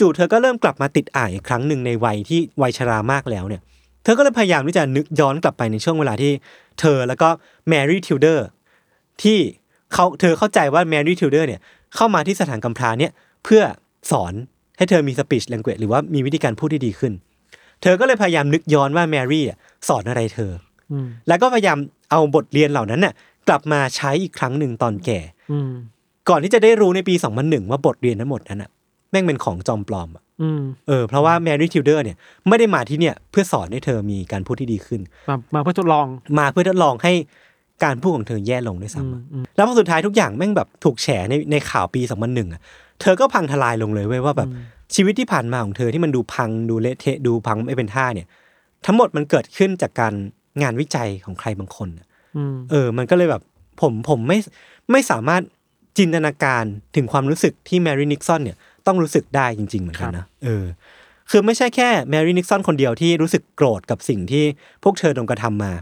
[SPEAKER 2] จู่ๆเธอก็เริ่มกลับมาติดอ่างอีกครั้งหนึ่งในวัยที่วัยชรามากแล้วเนี่ย เธอก็เลยพยายามที่จะนึกย้อนกลับไปในช่วงเวลาที่เธอแล้วก็แมรี่ทิวเดอร์ที่เขาเธอเข้าใจว่าแมรี่ทิวเดอร์เนี่ยเข้ามาที่สถานกำพร้าเนี่ยเพื่อสอนให้เธอมีสปีชแลงเกจหรือว่ามีวิธีการพูดที่ดีขึ้น เธอก็เลยพยายามนึกย้อนว่าแมรี่อะสอนอะไรเธอ
[SPEAKER 3] อืม
[SPEAKER 2] แล้วก็พยายามเอาบทเรียนเหล่านั้นน่ะกลับมาใช้อีกครั้งหนึ่งตอนแก่
[SPEAKER 3] อืม
[SPEAKER 2] ก่อนที่จะได้รู้ในปี 2001 ว่าบทเรียนทั้งหมดนั้นน่ะแม่งเป็นของจอมปลอมอะ
[SPEAKER 3] อืม
[SPEAKER 2] เออเพราะว่าแมรี่ทิวเดอร์เนี่ยไม่ได้มาที่เนี่ยเพื่อสอนให้เธอมีการพูดที่ดีขึ้น
[SPEAKER 3] มามาเพื่อทดลอง
[SPEAKER 2] มาเพื่อทดลองให้การพูดของเธอแย่ลงด้วย
[SPEAKER 3] อื
[SPEAKER 2] ซ้ำ
[SPEAKER 3] ม
[SPEAKER 2] อะ
[SPEAKER 3] อืม
[SPEAKER 2] แล้วพอสุดท้ายทุกอย่างแม่งแบบถูกแฉในในข่าวปี 2001อ่ะเธอก็พังทลายลงเลยเว้ยว่าแบบชีวิตที่ผ่านมาของเธอที่มันดูพังดูเละเทะดูพังไม่เป็นท่าเนี่ยทั้งหมดมันเกิดขึ้นจากการงานวิจัยของใครบางคนอะ
[SPEAKER 3] อืม
[SPEAKER 2] เออ มันก็เลยแบบผมผมไม่ไม่สามารถจินตนาการถึงความรู้สึกที่แมรี่นิกซอนเนี่ยต้องรู้สึกได้จริง ๆ เหมือนกันนะเออ คือไม่ใช่แค่แมรี่นิกซอนคนเดียวที่รู้สึกโกรธกับสิ่งที่พวกเธอโดนกระทำมา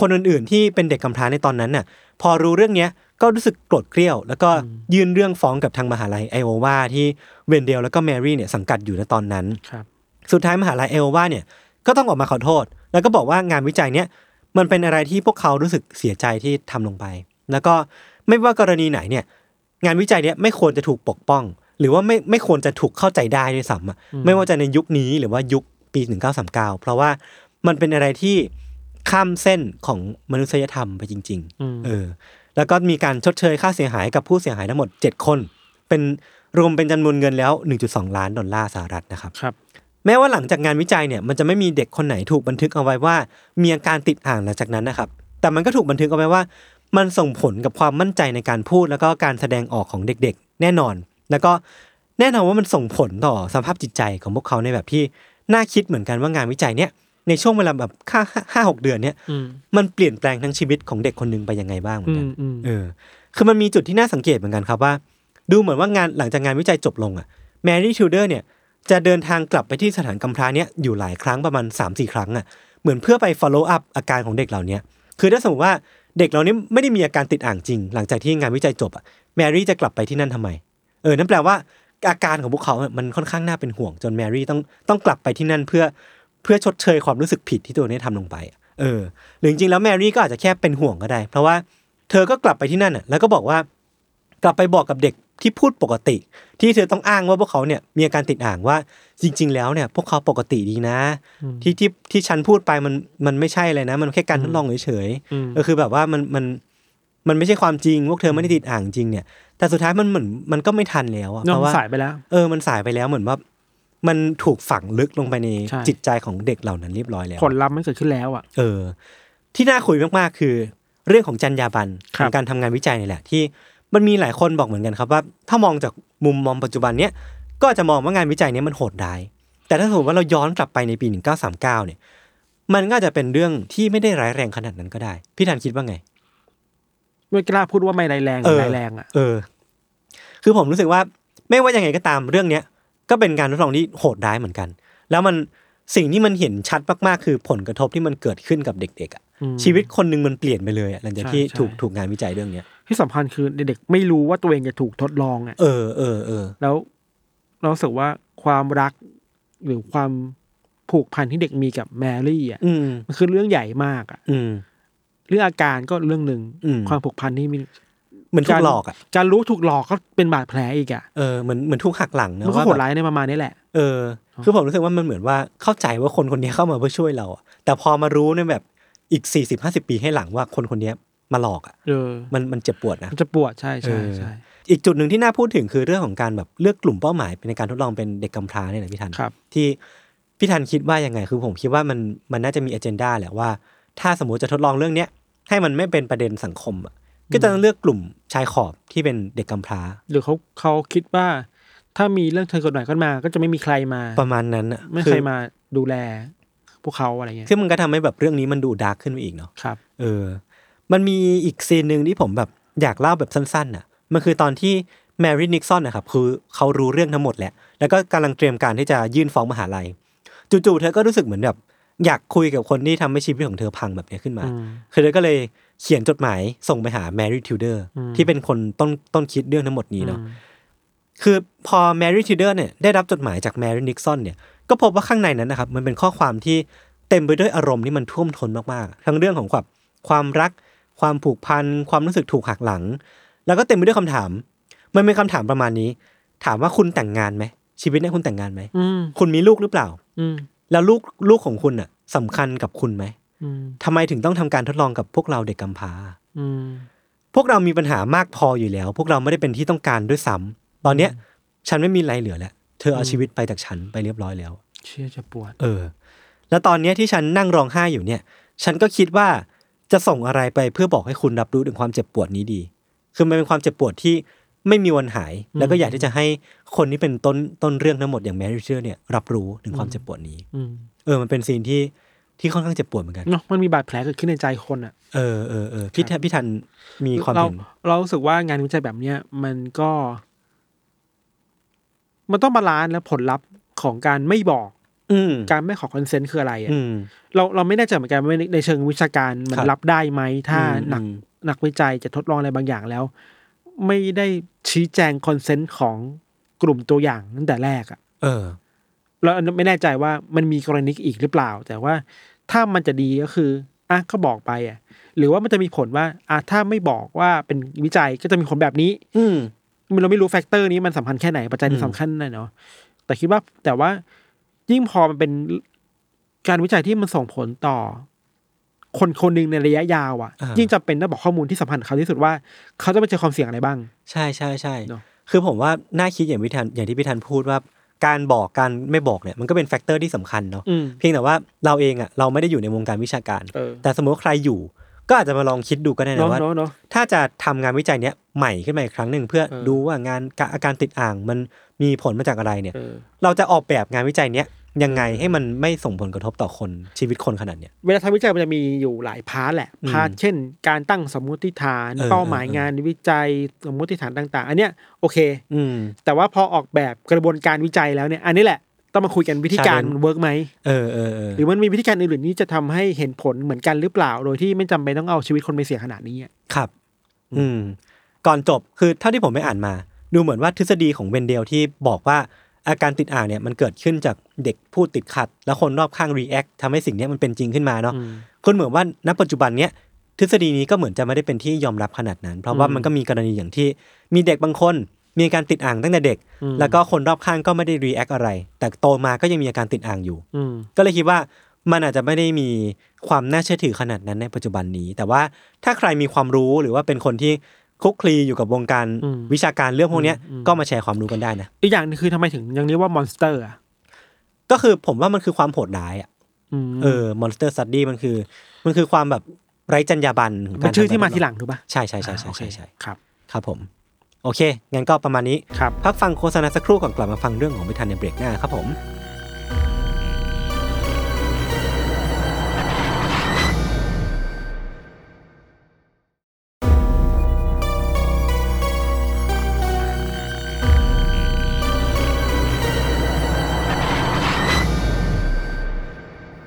[SPEAKER 2] คนอื่นๆที่เป็นเด็กกำพร้าในตอนนั้นน่ะ พอรู้เรื่องเนี้ยก็รู้สึกโกรธเกรี้ยว แล้วก็ยื่นเรื่องฟ้องกับทางมหาลัยไอโอวาที่เวนเดลแล้วก็แมรี่เนี่ยสังกัดอยู่ในตอนนั้น
[SPEAKER 3] ครับ
[SPEAKER 2] สุดท้ายมหาลัยเอลวาเนี่ยก็ต้องออกมาขอโทษ แล้วก็บอกว่างานวิจัยเนี่ยมันเป็นอะไรที่พวกเขารู้สึกเสียใจที่ทำลงไป แล้วก็ไม่ว่ากรณีไหนเนี่ยงานวิจัยเนี่ยไม่ควรจะถูกปกป้อง หรือว่าไม่ไม่ควรจะถูกเข้าใจได้ด้วยซ้ำอะไม่ว่าจะในยุคนี้หรือว่ายุคปี 1939 เพราะว่ามันเป็นอะไรที่ข้ามเส้นของมนุษยธรรมไปจริง ๆ
[SPEAKER 3] อืม
[SPEAKER 2] เออแล้วก็มีการชดเชยค่าเสียหายกับผู้เสียหายทั้งหมด 7 คน เป็นรวมเป็นจำนวนเงินแล้ว 1.2 ล้านดอลลาร์สหรัฐนะครับ
[SPEAKER 3] ครับ
[SPEAKER 2] แม้ว่าหลังจากงานวิจัยเนี่ยมันจะไม่มีเด็กคนไหนถูกบันทึกเอาไว้ว่า มีอาการติดอ่างหลังจากนั้นนะครับ แต่มันก็ถูกบันทึกเอาไว้ว่า มันส่งผลกับความมั่นใจในการพูดแล้วก็การแสดงออกของเด็กๆ แน่นอน แล้วก็แน่นอนว่ามันส่งผลต่อสภาพจิตใจของพวกเขาในแบบที่น่าคิดเหมือนกันว่างานวิจัยเนี่ยในช่วงเวลาแบบค่าห้าหกเดือนเนี่ย
[SPEAKER 3] อืม
[SPEAKER 2] มันเปลี่ยนแปลงทั้งชีวิตของเด็กคนหนึงไปยังไงบ้างเหมือน
[SPEAKER 3] อื
[SPEAKER 2] กัน
[SPEAKER 3] มอืม
[SPEAKER 2] เออ คือมันมีจุดที่น่าสังเกตเหมือนกันครับว่า ดูเหมือนว่างานหลังจากงานวิจัยจบลงอะแมรี่ชูเดอร์เนี่ยจะเดินทางกลับไปที่สถานกำพร้าเนี่ยอยู่หลายครั้งประมาณ 3 4 ครั้งอะเหมือนเพื่อไป follow up อาการของเด็กเหล่าเนี้ยคือถ้าสมมติว่าเด็กเหล่านี้ไม่ได้มีอาการติดอ่างจริง หลังจากที่งานวิจัยจบอะแมรี่จะกลับไปที่นั่นทำไม เออนั่นแปลว่าอาการของพวกเขาอะมันค่อนข้างน่าเป็นห่วง จนแมรี่ต้องต้องกลับไปที่นั่นเพื่อเพื่อชดเชยความรู้สึกผิดที่ตัวเนี่ยทำลงไปอะเออหรือจริงๆแล้วแมรี่ก็อาจจะแค่เป็นห่วงก็ได้ เพราะว่า เธอก็กลับไปที่นั่นน่ะแล้วก็บอกว่ากลับไปบอกกับเด็กที่พูดปกติ ที่เธอต้องอ้างว่าพวกเขาเนี่ยมีอาการติดอ่างว่าจริง ๆ แล้วเนี่ยพวกเขาปกติดีนะ ที่ที่ที่ฉันพูดไปมันมันไม่ใช่เลยนะ มันแค่การทดลองเฉย
[SPEAKER 3] อืม
[SPEAKER 2] ๆก็คือแบบว่ามันมันมันไม่ใช่ความจริงพวกเธอไม่ได้ติดอ่างจริงเนี่ยแต่สุดท้ายมันเหมือนมันก็ไม่ทันแล้วอะ
[SPEAKER 3] น้
[SPEAKER 2] เพ
[SPEAKER 3] อง
[SPEAKER 2] ราะว่า
[SPEAKER 3] สายไปแล้ว
[SPEAKER 2] เออมันสายไปแล้วเหมือนว่า มันถูกฝังลึกลงไปใน
[SPEAKER 3] ใช่
[SPEAKER 2] จิตใจของเด็กเหล่านั้นเรียบร้อยแล้ว
[SPEAKER 3] ผลลัพธ์มันเกิดขึ้นแล้วอ่ะ
[SPEAKER 2] เออที่น่าคุยมากๆ คือ เรื่องของจรรยาบรรณ
[SPEAKER 3] ค
[SPEAKER 2] ข
[SPEAKER 3] รับ
[SPEAKER 2] องการทำงานวิจัยนี่แหละที่มันมีหลายคนบอกเหมือนกันครับว่า ถ้ามองจากมุมมองปัจจุบันเนี้ยก็อาจจะมองว่างานวิจัยเนี้ยมันโหดร้าย แต่ถ้าสมมติว่าเราย้อนกลับไปในปี 1939 เนี่ย มันก็อาจจะเป็นเรื่องที่ไม่ได้ร้ายแรงขนาดนั้นก็ได้ พี่ธันคิดว่าไง
[SPEAKER 3] ไม่กล้าพูดว่าไม่ไรายแรงห
[SPEAKER 2] เอ
[SPEAKER 3] รือ อไรายแรงอ่ะ
[SPEAKER 2] เออ คือผมรู้สึกว่าไม่ว่ายังไงก็ตามเรื่องเนี้ยก็เป็นการทดลองที่โหดร้ายเหมือนกัน แล้วมันสิ่งที่มันเห็นชัดมากๆ คือผลกระทบที่มันเกิดขึ้นกับเด็กๆอะ
[SPEAKER 3] อืม
[SPEAKER 2] ชีวิตคนหนึ่งมันเปลี่ยนไปเลยอะหลังจากที่
[SPEAKER 3] ใช่ใช่
[SPEAKER 2] ถูกถูกงานวิจัยเรื่องเนี้ย
[SPEAKER 3] ที่สำคัญคือเด็กๆไม่รู้ว่าตัวเองจะถูกทดลองอ่ะ
[SPEAKER 2] เออเออเออ
[SPEAKER 3] แล้วเรารู้สึกว่า ความรัก หรือความผูกพันที่เด็กมีกับแมรี่อ่ะ
[SPEAKER 2] อืม
[SPEAKER 3] มันคือเรื่องใหญ่มากอ่ะ
[SPEAKER 2] อืม
[SPEAKER 3] เรื่องอาการก็เรื่องหนึ่ง
[SPEAKER 2] อืม
[SPEAKER 3] ความผูกพันที่มี
[SPEAKER 2] เหมือนถูกหลอกอ่ะ
[SPEAKER 3] การรู้ถูกหลอกก็เป็นบาดแผลอีกอ่ะ
[SPEAKER 2] เออเหมือนเหมือนถูกหักหลังเนอะ
[SPEAKER 3] มันก็
[SPEAKER 2] ว่า
[SPEAKER 3] โหด
[SPEAKER 2] แบบ
[SPEAKER 3] ร้ายในประมาณนี้แหละ
[SPEAKER 2] เออ คือผมรู้สึกว่ามันเหมือนว่าเข้าใจว่าคนคนนี้เข้ามาเพื่อช่วยเราอะแต่พอมารู้ในแบบอีกสี่สิบห้าสิบปีให้หลังว่าคนคนนี้มาหลอกอ่ะ
[SPEAKER 3] เออ
[SPEAKER 2] มันมันเจ็บปวดนะ
[SPEAKER 3] มันจะปวดใช่ใช่
[SPEAKER 2] เออ
[SPEAKER 3] ใช่
[SPEAKER 2] อีกจุดหนึ่งที่น่าพูดถึงคือเรื่องของการแบบเลือกกลุ่มเป้าหมายในการทดลองเป็นเด็กกำพร้าเนี่ยนะพี่ทัน
[SPEAKER 3] ครับ
[SPEAKER 2] ที่พี่ทันคิดว่ายังไงคือผมคิดว่ามันมันน่าจะมี a อเจนดาแหละว่า ถ้าสมมติจะทดลองเรื่องเนี้ยให้มันไม่เป็นประเด็นสังคมอะก็จะต้องเลือกกลุ่มชายขอบที่เป็นเด็กกำพร้า
[SPEAKER 3] หรือเขาเขาคิดว่า ถ้ามีเรื่องเชิงกฎหมายขึ้นมา ก็จะไม่มีใครมา
[SPEAKER 2] ประมาณนั้นอะ
[SPEAKER 3] ไม่มี
[SPEAKER 2] อ
[SPEAKER 3] ใครมาดูแล พวกเขาอะไรเงี้ย
[SPEAKER 2] ซึ่งมันก็ทำให้แบบเรื่องนี้มันดูดาร์กขึ้นไปอีกเนาะ
[SPEAKER 3] ครับ
[SPEAKER 2] เออ มันมีอีกซีนหนึ่งที่ผมแบบอยากเล่าแบบสั้นๆน่ะมันคือตอนที่แมรี่นิกซอนนะครับคือเขารู้เรื่องทั้งหมดแหละแล้วก็กำลังเตรียมการที่จะยื่นฟ้องมหาลัยจู่ๆเธอก็รู้สึกเหมือนแบบอยากคุยกับคนที่ทำให้ชีวิตของเธอพังแบบเนี้ยขึ้นมา
[SPEAKER 3] อืม
[SPEAKER 2] คือเธอก็เลยเขียนจดหมายส่งไปหาแมรี่ทิวเดอร์
[SPEAKER 3] อืม
[SPEAKER 2] ที่เป็นคนต้นต้นคิดเรื่องทั้งหมดนี้เนาะคือพอแมรี่ทิวเดอร์เนี่ยได้รับจดหมายจากแมรี่นิกซอนเนี่ยก็พบว่าข้างในนั้นนะครับมันเป็นข้อความที่เต็มไปด้วยอารมณ์ที่มันท่วมท้นมากๆ ทั้งเรื่องของความความรัก ความผูกพัน ความรู้สึกถูกหักหลัง แล้วก็เต็มไปด้วยคำถาม มันเป็นคำถามประมาณนี้ ถามว่าคุณแต่งงานไหมชีวิตเนี่ยคุณแต่งงานไหม
[SPEAKER 3] อืม
[SPEAKER 2] คุณมีลูกหรือเปล่า
[SPEAKER 3] อืม
[SPEAKER 2] แล้วลูกลูกของคุณอ่ะสำคัญกับคุณไหม
[SPEAKER 3] อืม
[SPEAKER 2] ทำไมถึงต้องทำการทดลองกับพวกเราเด็กกำพร้า
[SPEAKER 3] อืม
[SPEAKER 2] พวกเรามีปัญหามากพออยู่แล้ว พวกเราไม่ได้เป็นที่ต้องการด้วยซ้ำตอนเนี้ย ฉันไม่มีอะไรเหลือแล้ว เธอเอาชีวิตไปจากฉันไปเรียบร้อยแล้ว
[SPEAKER 3] เชื่อจะปวด
[SPEAKER 2] เออ แล้วตอนเนี้ยที่ฉันนั่งร้องไห้อยู่เนี่ย ฉันก็คิดว่าจะส่งอะไรไปเพื่อบอกให้คุณรับรู้ถึงความเจ็บปวดนี้ดี คือมันเป็นความเจ็บปวดที่ไม่มีวันหาย แล้วก็อยากที่จะให้คนที่เป็นต้นต้นเรื่องทั้งหมดอย่างแมรี่เชอร์เนี่ยรับรู้ถึงความเจ็บปวดนี้
[SPEAKER 3] อืม
[SPEAKER 2] เออ มันเป็นซีนที่ที่ค่อนข้างเจ็บปวดเหมือนกัน
[SPEAKER 3] เนาะมันมีบาดแผลเกิดขึ้นในใจคนอ่ะ
[SPEAKER 2] เออเออเออพี่ทันพี่ทันมีความ
[SPEAKER 3] เรา
[SPEAKER 2] เห็น
[SPEAKER 3] เรารู้สึกว่างานวิจัยแบบเนี้ยมันก็ มันต้องบาลานซ์และผลลัพธ์ของการไม่บอก
[SPEAKER 2] อืม
[SPEAKER 3] การไม่ขอคอนเซนต์คืออะไรอะ
[SPEAKER 2] อืม
[SPEAKER 3] เราเราไม่แน่ใจเหมือนกันว่าในในเชิงวิชาการมัน
[SPEAKER 2] ครับ
[SPEAKER 3] รับได้ไหมถ้า
[SPEAKER 2] อืม
[SPEAKER 3] หนัก
[SPEAKER 2] อืม
[SPEAKER 3] นักวิจัยจะทดลองอะไรบางอย่างแล้ว ไม่ได้ชี้แจงคอนเซนต์ของกลุ่มตัวอย่างตั้งแต่แรกอะ
[SPEAKER 2] เออ
[SPEAKER 3] เราไม่แน่ใจว่ามันมีกรณีอีกหรือเปล่า แต่ว่าถ้ามันจะดีก็คืออ่ะก็บอกไปอ่ะ หรือว่ามันจะมีผลว่าอ่ะถ้าไม่บอกว่าเป็นวิจัยก็จะมีผลแบบนี้
[SPEAKER 2] อืม
[SPEAKER 3] มันเราไม่รู้แฟกเตอร์นี้มันสำคัญแค่ไหน ปัจจัย
[SPEAKER 2] อื
[SPEAKER 3] ที่
[SPEAKER 2] ม
[SPEAKER 3] สำคัญไหนเนาะแต่คิดว่าแต่ว่ายิ่งพอมันเป็นการวิจัยที่มันส่งผลต่อ คนคนหนึ่งในระยะยาวอะ
[SPEAKER 2] อ่ายิ่
[SPEAKER 3] ยิ่งจำเป็นต้องบอกข้อมูลที่สำคัญกับเขาที่สุดว่า เขาจะไปเจอความเสี่ยงอะไรบ้าง
[SPEAKER 2] ใช่ใช่ใช่
[SPEAKER 3] เนอะ
[SPEAKER 2] คือผมว่าน่าคิดอย่างพิธันอย่างที่พิธันพูดว่า การบอกการไม่บอกเนี่ยมันก็เป็นแฟกเตอร์ที่สำคัญเนาะ
[SPEAKER 3] อืม
[SPEAKER 2] เพียงแต่ว่าเราเองอะเราไม่ได้อยู่ในวงการวิชาการ
[SPEAKER 3] เออ
[SPEAKER 2] แต่สมมติว่าใครอยู่ ก็อาจจะมาลองคิดดูก็ได้นะ
[SPEAKER 3] เนาะ
[SPEAKER 2] ว่า
[SPEAKER 3] เนาะเนาะ
[SPEAKER 2] ถ้าจะทำงานวิจัยเนี้ยใหม่ขึ้นมาอีกครั้งหนึ่งเพื่อ
[SPEAKER 3] เออ
[SPEAKER 2] ดูว่างานกะอาการติดอ่างมันมีผลมาจากอะไรเนี่ย
[SPEAKER 3] เออ
[SPEAKER 2] เราจะออกแบบงานวิจัยเนี้ยยังไงให้มันไม่ส่งผลกระทบต่อคนชีวิตคนขนาดเนี้ย
[SPEAKER 3] เวลาทำวิจัยมันจะมีอยู่หลายพาร์ทแหละ
[SPEAKER 2] อืม
[SPEAKER 3] พาร์ทเช่น การตั้งสมมติฐาน
[SPEAKER 2] เออ
[SPEAKER 3] เป้าหมาย
[SPEAKER 2] เออเออ
[SPEAKER 3] งานวิจัยสมมติฐานต่าง ๆ อันเนี้ยโอเค
[SPEAKER 2] อืม
[SPEAKER 3] แต่ว่าพอออกแบบกระบวนการวิจัยแล้วเนี่ย อันนี้แหละต้องมาคุยกันวิธีการมันเวิร์กไหม
[SPEAKER 2] เออเออเออ
[SPEAKER 3] หรือมันมีวิธีการอื่นๆที่จะทำให้เห็นผลเหมือนกันหรือเปล่า โดยที่ไม่จำเป็นต้องเอาชีวิตคนไปเสียขนาดนี้อะ
[SPEAKER 2] ครับ อืม ก่อนจบคือเท่าที่ผมไปอ่านมา ดูเหมือนว่าทฤษฎีของเวนเดลที่บอกว่าอาการติดอ่างเนี่ยมันเกิดขึ้นจากเด็กพูดติดขัด แล้วคนรอบข้างรีแอคทำให้สิ่งเนี้ยมันเป็นจริงขึ้นมาเนาะคุณเหมือนว่าณปัจจุบันเนี้ยทฤษฎีนี้ก็เหมือนจะไม่ได้เป็นที่ยอมรับขนาดนั้น เพราะว่ามันก็มีกรณีอย่างที่มีเด็กบางคน มีอาการติดอ่างตั้งแต่เด็ก แล้วก็คนรอบข้างก็ไม่ได้รีแอคอะไร แต่โตมาก็ยังมีอาการติดอ่างอยู่
[SPEAKER 3] อืม
[SPEAKER 2] ก็เลยคิดว่ามันอาจจะไม่ได้มีความน่าเชื่อถือขนาดนั้นในปัจจุบันนี้ แต่ว่าถ้าใครมีความรู้หรือว่าเป็นคนที่คลุกคลีอยู่กับวงการ
[SPEAKER 3] อืม
[SPEAKER 2] วิชาการเรื่องพวกเนี้ยก็มาแชร์ความรู้กันได้นะ
[SPEAKER 3] อีกอย่างหนึงคือทำไมถึงยังเรียกว่ามอนสเตอร์อ่ะ
[SPEAKER 2] ก็คือผมว่ามันคือความโหดร้ายอ่ะ
[SPEAKER 3] อืม
[SPEAKER 2] เออมอนสเตอร์สตดี้มันคือ มันคือความแบบไร้จรรยาบรรณขงก
[SPEAKER 3] เป็น
[SPEAKER 2] ร
[SPEAKER 3] ชื่อที่มาทีหลังถูกปะ
[SPEAKER 2] ใช่ใช่ใช่ใช่
[SPEAKER 3] อ่าโอเค
[SPEAKER 2] ใช่ใช่
[SPEAKER 3] ครับ
[SPEAKER 2] ครับผม โอเค งั้นก็ประมาณนี้
[SPEAKER 3] ครับ
[SPEAKER 2] พักฟังโฆษณาสักครู่ก่อนกลับมาฟังเรื่องของพิธันในเบรกหน้าครับผม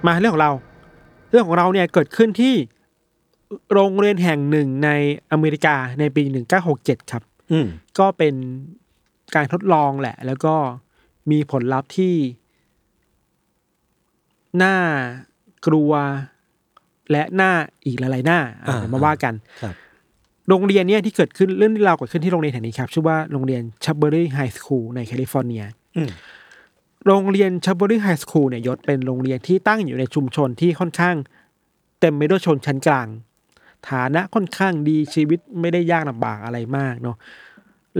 [SPEAKER 3] มาเรื่องของเรา เรื่องของเราเนี่ยเกิดขึ้นที่โรงเรียนแห่งหนึ่งในอเมริกาในปี 1967 ครับ
[SPEAKER 2] อืม
[SPEAKER 3] ก็เป็นการทดลองแหละ แล้วก็ มีผลลัพธ์ที่ น่ากลัว และหน้าอีกหลายๆหน้าอ่ะ
[SPEAKER 2] อ่า
[SPEAKER 3] เดี๋ยวมาว่ากัน
[SPEAKER 2] ครับ
[SPEAKER 3] โรงเรียนเนี่ยที่เกิดขึ้นเรื่องที่เราวเกิดขึ้นที่โรงเรียนแห่งนี้ครับ ชื่อว่าโรงเรียนชับเบอรี่ไฮสคูลในแคลิฟอร์เนีย
[SPEAKER 2] อืม
[SPEAKER 3] โรงเรียนชับเบอรี่ไฮสคูลเนี่ยยศเป็นโรงเรียนที่ตั้งอยู่ในชุมชนที่ค่อนข้าง เต็มไปด้วยชนชั้นกลาง ฐานะค่อนข้างดีชีวิตไม่ได้ยากลำบากอะไรมากเนาะ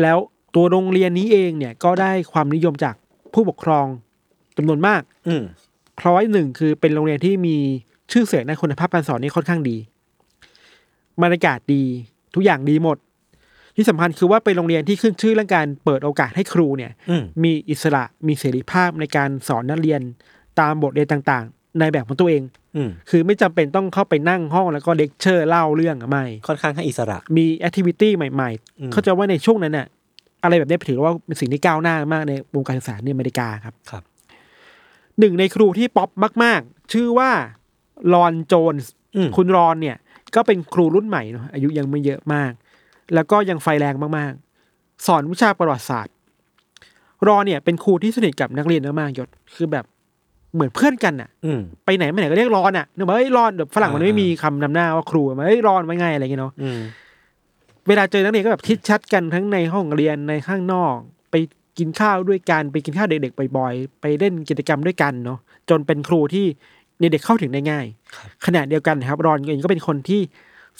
[SPEAKER 3] แล้วตัวโรงเรียนนี้เองเนี่ยก็ได้ความนิยมจากผู้ปกครองจำนวนมาก
[SPEAKER 2] อืม
[SPEAKER 3] คล้อยหนึ่งคือเป็นโรงเรียนที่มีชื่อเสียงในคุณภาพการสอนนี่ค่อนข้างดีบรรยากาศดีทุกอย่างดีหมด ที่สำคัญคือว่าเป็นโรงเรียนที่ขึ้นชื่อเรื่องการเปิดโอกาสให้ครูเนี่ย
[SPEAKER 2] อืม
[SPEAKER 3] มีอิสระมีเสรีภาพในการสอนนักเรียนตามบทเรียนต่างๆ ในแบบของตัวเอง
[SPEAKER 2] อืม
[SPEAKER 3] คือไม่จำเป็นต้องเข้าไปนั่งห้องแล้วก็เลคเชอร์เล่าเรื่องอะไม่
[SPEAKER 2] ค่อนข้างให้อิสระ
[SPEAKER 3] มีแอคทิวิตี้ใหม่
[SPEAKER 2] อืม
[SPEAKER 3] ๆ เข้าใจว่าในช่วงนั้นน่ะอะไรแบบนี้ถือว่าเป็นสิ่งที่ก้าวหน้ามากในวงการศึกษาในอเมริกาครับ
[SPEAKER 2] ครับ
[SPEAKER 3] หนึ่งในครูที่ป๊อปมาก ๆ ชื่อว่าลอนโจนส์
[SPEAKER 2] อืม
[SPEAKER 3] คุณรอนเนี่ย ก็เป็นครูรุ่นใหม่เนอะอายุยังไม่เยอะมาก แล้วก็ยังไฟแรงมาก ๆ สอนวิชาประวัติศาสตร์ รอนเนี่ยเป็นครูที่สนิทกับนักเรียนมากๆยศคือแบบเหมือนเพื่อนกันน่ะ
[SPEAKER 2] อืม
[SPEAKER 3] ไปไหนมาไหนก็เรียกรอนอ่ะเนอะเฮ้ยรอนแบบฝรั่งมัน
[SPEAKER 2] อ่า
[SPEAKER 3] ไม่มีคำนำหน้าว่าครูมาเฮ้ยรอนไว้ไงอะไรอย่างเงี้ยเนาะ
[SPEAKER 2] อืม
[SPEAKER 3] เวลาเจอนักเรียนก็แบบชิดชัดกันทั้งในห้องเรียนในข้างนอก ไปกินข้าวด้วยกันไปกินข้าวเด็กๆบ่อยๆไปเล่นกิจกรรมด้วยกันเนาะจนเป็นครูที่เด็กๆเข้าถึงได้ง่าย ขณะเดียวกันนะครับรอนเองก็เป็นคนที่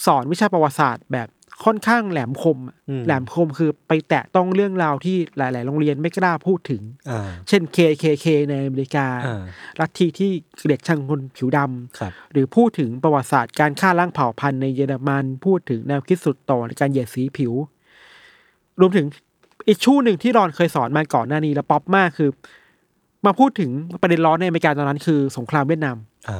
[SPEAKER 3] สอนวิชาประวัติศาสตร์ แบบค่อนข้างแหลมคมอะ
[SPEAKER 2] อืม
[SPEAKER 3] แหลมคมคือไปแตะต้องเรื่องราวที่หลาย ๆ โรงเรียนไม่กล้าพูดถึง
[SPEAKER 2] อ่า
[SPEAKER 3] เช่น KKK ในอเมริกา
[SPEAKER 2] อ่า
[SPEAKER 3] ลัทธิที่เกลียดชังคนผิวดำ
[SPEAKER 2] ครับ
[SPEAKER 3] หรือพูดถึงประวัติศาสตร์การฆ่าล้างเผ่าพันธุ์ในเยอรมันพูดถึงแนวคิดสุดโต่งในการเหยียดสีผิว รวมถึงอีกชู่หนึ่งที่รอนเคยสอนมาก่อนหน้านี้แล้วป๊อปมากคือ มาพูดถึงประเด็นร้อนในอเมริกาตอนนั้นคือสงครามเวียดนาม
[SPEAKER 2] อ่า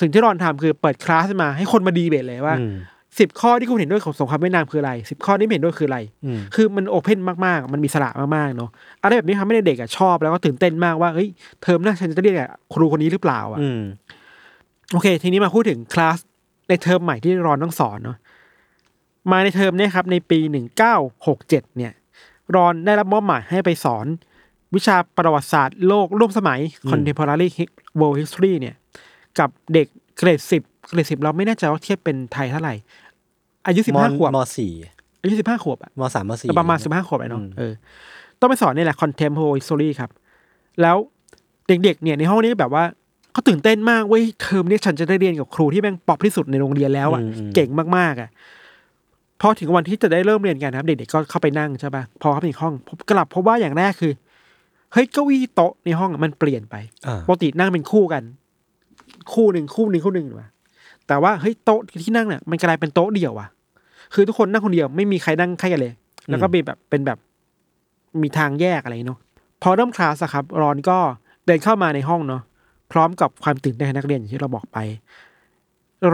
[SPEAKER 3] สิ่งที่รอนทำคือเปิดคลาสมาให้คนมาดีเบตเลยว่า
[SPEAKER 2] อืม
[SPEAKER 3] สิบข้อที่คุณเห็นด้วยของสงครามเวียดนามคืออะไรสิบข้อที่ไม่เห็นด้วยคืออะไร
[SPEAKER 2] อืม
[SPEAKER 3] คือมันโอเพนมากๆ มันมีสระมากๆเนาะอะไรแบบนี้ทำให้เด็กๆอะชอบแล้วก็ตื่นเต้นมากว่าเฮ้ยเทอมหน้าฉันจะเรียนกับครูคนนี้หรือเปล่าอะ
[SPEAKER 2] อืม
[SPEAKER 3] โอเค ทีนี้มาพูดถึงคลาสในเทอมใหม่ที่รอนต้องสอนเนาะมาในเทอมเนี่ยครับในปี 1967 เนี่ย รอนได้รับมอบหมายให้ไปสอน วิชาประวัติศาสตร์โลกร่วมสมัย contemporary Hi- world history เนี่ย กับเด็กเกรดสิบเกรดสิบเราไม่แน่ใจว่าเทียบเป็นไทยเท่าไหร่ อายุสิบ
[SPEAKER 2] ม
[SPEAKER 3] ห้าขวบ
[SPEAKER 2] มสี่
[SPEAKER 3] อายุสิบห้าขวบอะ
[SPEAKER 2] มสามมสี่
[SPEAKER 3] ประมาณสิบห้าขวบไอ้เนาะ
[SPEAKER 2] อืม
[SPEAKER 3] เออต้องไปสอนนี่แหละคอนเทมโพสตอรี่ครับ แล้วเด็กๆ เนี่ยในห้องนี้แบบว่าเขาตื่นเต้นมากเว้ยเทอมนี้ฉันจะได้เรียนกับครูที่แม่งป๊อปที่สุดในโรงเรียนแล้วอ่ะเก่งมากๆอ่ะพอถึงวันที่จะได้เริ่มเรียนกันนะครับเด็กๆก็เข้าไปนั่งใช่ปะพอเข้าไปในห้องพบกลับพบว่าอย่างแรกคือเฮ้ยเก้าอี้โต๊ะในห้องอะมันเปลี่ยนไป
[SPEAKER 2] อ่า
[SPEAKER 3] ปกตินั่งเป็นคู่กัน คู่หนึ่งคู่หนึ่งคู่หนึ่งหรือเปล่าแต่ว่าเฮ้ยโต๊ะที่นั่งเนี่ยมันกลายเป็นโต๊ะเดียวอ่ะ คือทุกคนนั่งคนเดียวไม่มีใครนั่งใกล้กันเลย แล้วก็มีแบบเป็นแบบมีทางแยกอะไรเนาะพอเริ่มคลาสอะครับ รอนก็เดินเข้ามาในห้องเนาะพร้อมกับความตื่นเต้นของนักเรียนอย่างที่เราบอกไป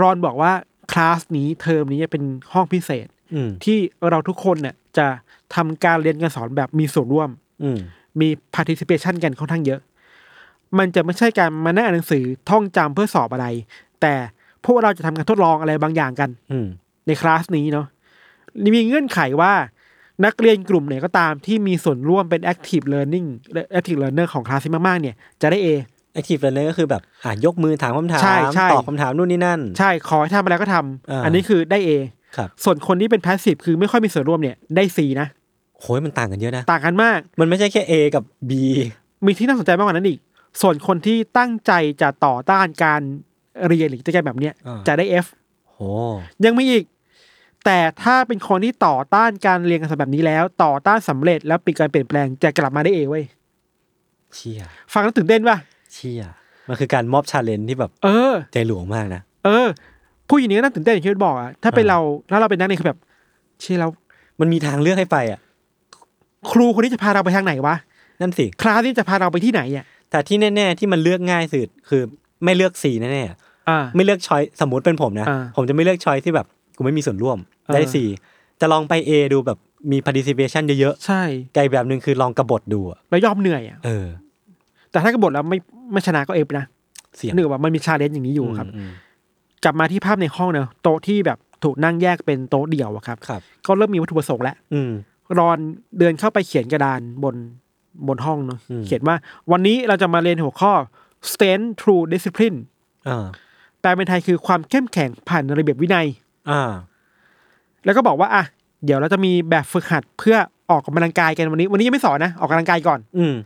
[SPEAKER 3] รอนบอกว่าคลาสนี้เทอมนี้จะเป็นห้องพิเศษ
[SPEAKER 2] อืม
[SPEAKER 3] ที่เราทุกคนเนี่ยจะทำการเรียนการสอนแบบมีส่วนร่วม
[SPEAKER 2] อืม
[SPEAKER 3] มี participation กันค่อนข้างเยอะ มันจะไม่ใช่การมานั่งอ่านหนังสือท่องจำเพื่อสอบอะไร แต่พวกเราจะทำการทดลองอะไรบางอย่างกัน
[SPEAKER 2] อืม
[SPEAKER 3] ในคลาสนี้เนาะมีเงื่อนไขว่านักเรียนกลุ่มไหนก็ตามที่มีส่วนร่วมเป็น active learning และ active learner ของคลาสที่มากๆ เนี่ย จะได้ A
[SPEAKER 2] แอคทีฟเรนเนอร์ก็คือแบบอ่ะยกมือถามคำถาม
[SPEAKER 3] ใช่ใช่
[SPEAKER 2] ตอบคำถามนู่นนี่นั่น
[SPEAKER 3] ใช่ ขอให้ทำอะไรก็ท
[SPEAKER 2] อ่า
[SPEAKER 3] ำ อันนี้คือได้ A
[SPEAKER 2] ครับ
[SPEAKER 3] ส่วนคนที่เป็น passive คือไม่ค่อยมีส่วนร่วมเนี่ย ได้ C นะ
[SPEAKER 2] โหยมันต่างกันเยอะนะ
[SPEAKER 3] ต่างกันมาก
[SPEAKER 2] มันไม่ใช่แค่ A กับ B
[SPEAKER 3] มีที่น่าสนใจมากกว่านั้นอีก ส่วนคนที่ตั้งใจจะต่อต้านการเรียนหรือกิจกรรมแบบเนี้ย
[SPEAKER 2] อ่า
[SPEAKER 3] จะได้ F
[SPEAKER 2] โห
[SPEAKER 3] ยังมีอีก แต่ถ้าเป็นคนที่ต่อต้านการเรียนการสอนแบบนี้แล้ว ต่อต้านสำเร็จแล้วปิดการเปลี่ยนแปลงจะกลับมาได้ A เว้ย
[SPEAKER 2] เชี่ย
[SPEAKER 3] ฟังแล้วตื่นเต้นป่ะ
[SPEAKER 2] เชี่ย มันคือการมอบชาเลนจ์ที่แบบ
[SPEAKER 3] เออ
[SPEAKER 2] ใจหลวงมากนะ
[SPEAKER 3] เออ ผู้หญิงนี้ก็น่าตื่นเต้นอย่างที่บอกอะถ้าเป็นเรา แล้วเราเป็นนักเรียนคือแบบ เชื่อแล้ว
[SPEAKER 2] มันมีทางเลือกให้ไปอ่ะ
[SPEAKER 3] ครูคนนี้จะพาเราไปทางไหนวะ
[SPEAKER 2] นั่นสิ
[SPEAKER 3] คลาสนี้จะพาเราไปที่ไหนอ่ะ
[SPEAKER 2] แต่ที่แน่ ๆ ที่มันเลือกง่ายสุดคือไม่เลือก C แน่
[SPEAKER 3] อ่า
[SPEAKER 2] ๆ ไม่เลือกช้อยสมมติเป็นผมนะ
[SPEAKER 3] อ่า
[SPEAKER 2] ผมจะไม่เลือกช้อยที่แบบกูไม่มีส่วนร่วม ได้
[SPEAKER 3] เออ
[SPEAKER 2] C จะลองไป A ดูแบบมี participation เยอะ
[SPEAKER 3] ใช่
[SPEAKER 2] ๆไกลแบบหนึ่งคือลองกระบทดูอะ
[SPEAKER 3] แล้วยอมเหนื่อยอ่ะ
[SPEAKER 2] เออ
[SPEAKER 3] แต่ถ้ากบฏแล้วไม่ไม่ชนะก็เอฟนะ
[SPEAKER 2] เสียง
[SPEAKER 3] หนึ่งว่ามันมีชาเลนจ์อย่างนี้อยู่ครับ
[SPEAKER 2] อืม
[SPEAKER 3] กลับมาที่ภาพในห้องเนอะโต๊ะที่แบบถูกนั่งแยกเป็นโต๊ะเดี่ยวอะครับ
[SPEAKER 2] ครับ
[SPEAKER 3] ก็เริ่มมีวัตถุประสงค์แล้ว
[SPEAKER 2] อืม
[SPEAKER 3] รอนเดินเข้าไปเขียนกระดานบน บนห้องเนาะ
[SPEAKER 2] อืม
[SPEAKER 3] เขียนว่า วันนี้เราจะมาเรียนหัวข้อ stand true discipline
[SPEAKER 2] อ่า
[SPEAKER 3] แปลเป็นไทยคือความเข้มแข็งผ่านระเบียบวินัย
[SPEAKER 2] อ่า
[SPEAKER 3] แล้วก็บอกว่าอ่ะเดี๋ยวเราจะมีแบบฝึกหัดเพื่อออกกำลังกายกันวันนี้ วันนี้ยังไม่สอนนะ ออกกำลังกายก่อน
[SPEAKER 2] อืม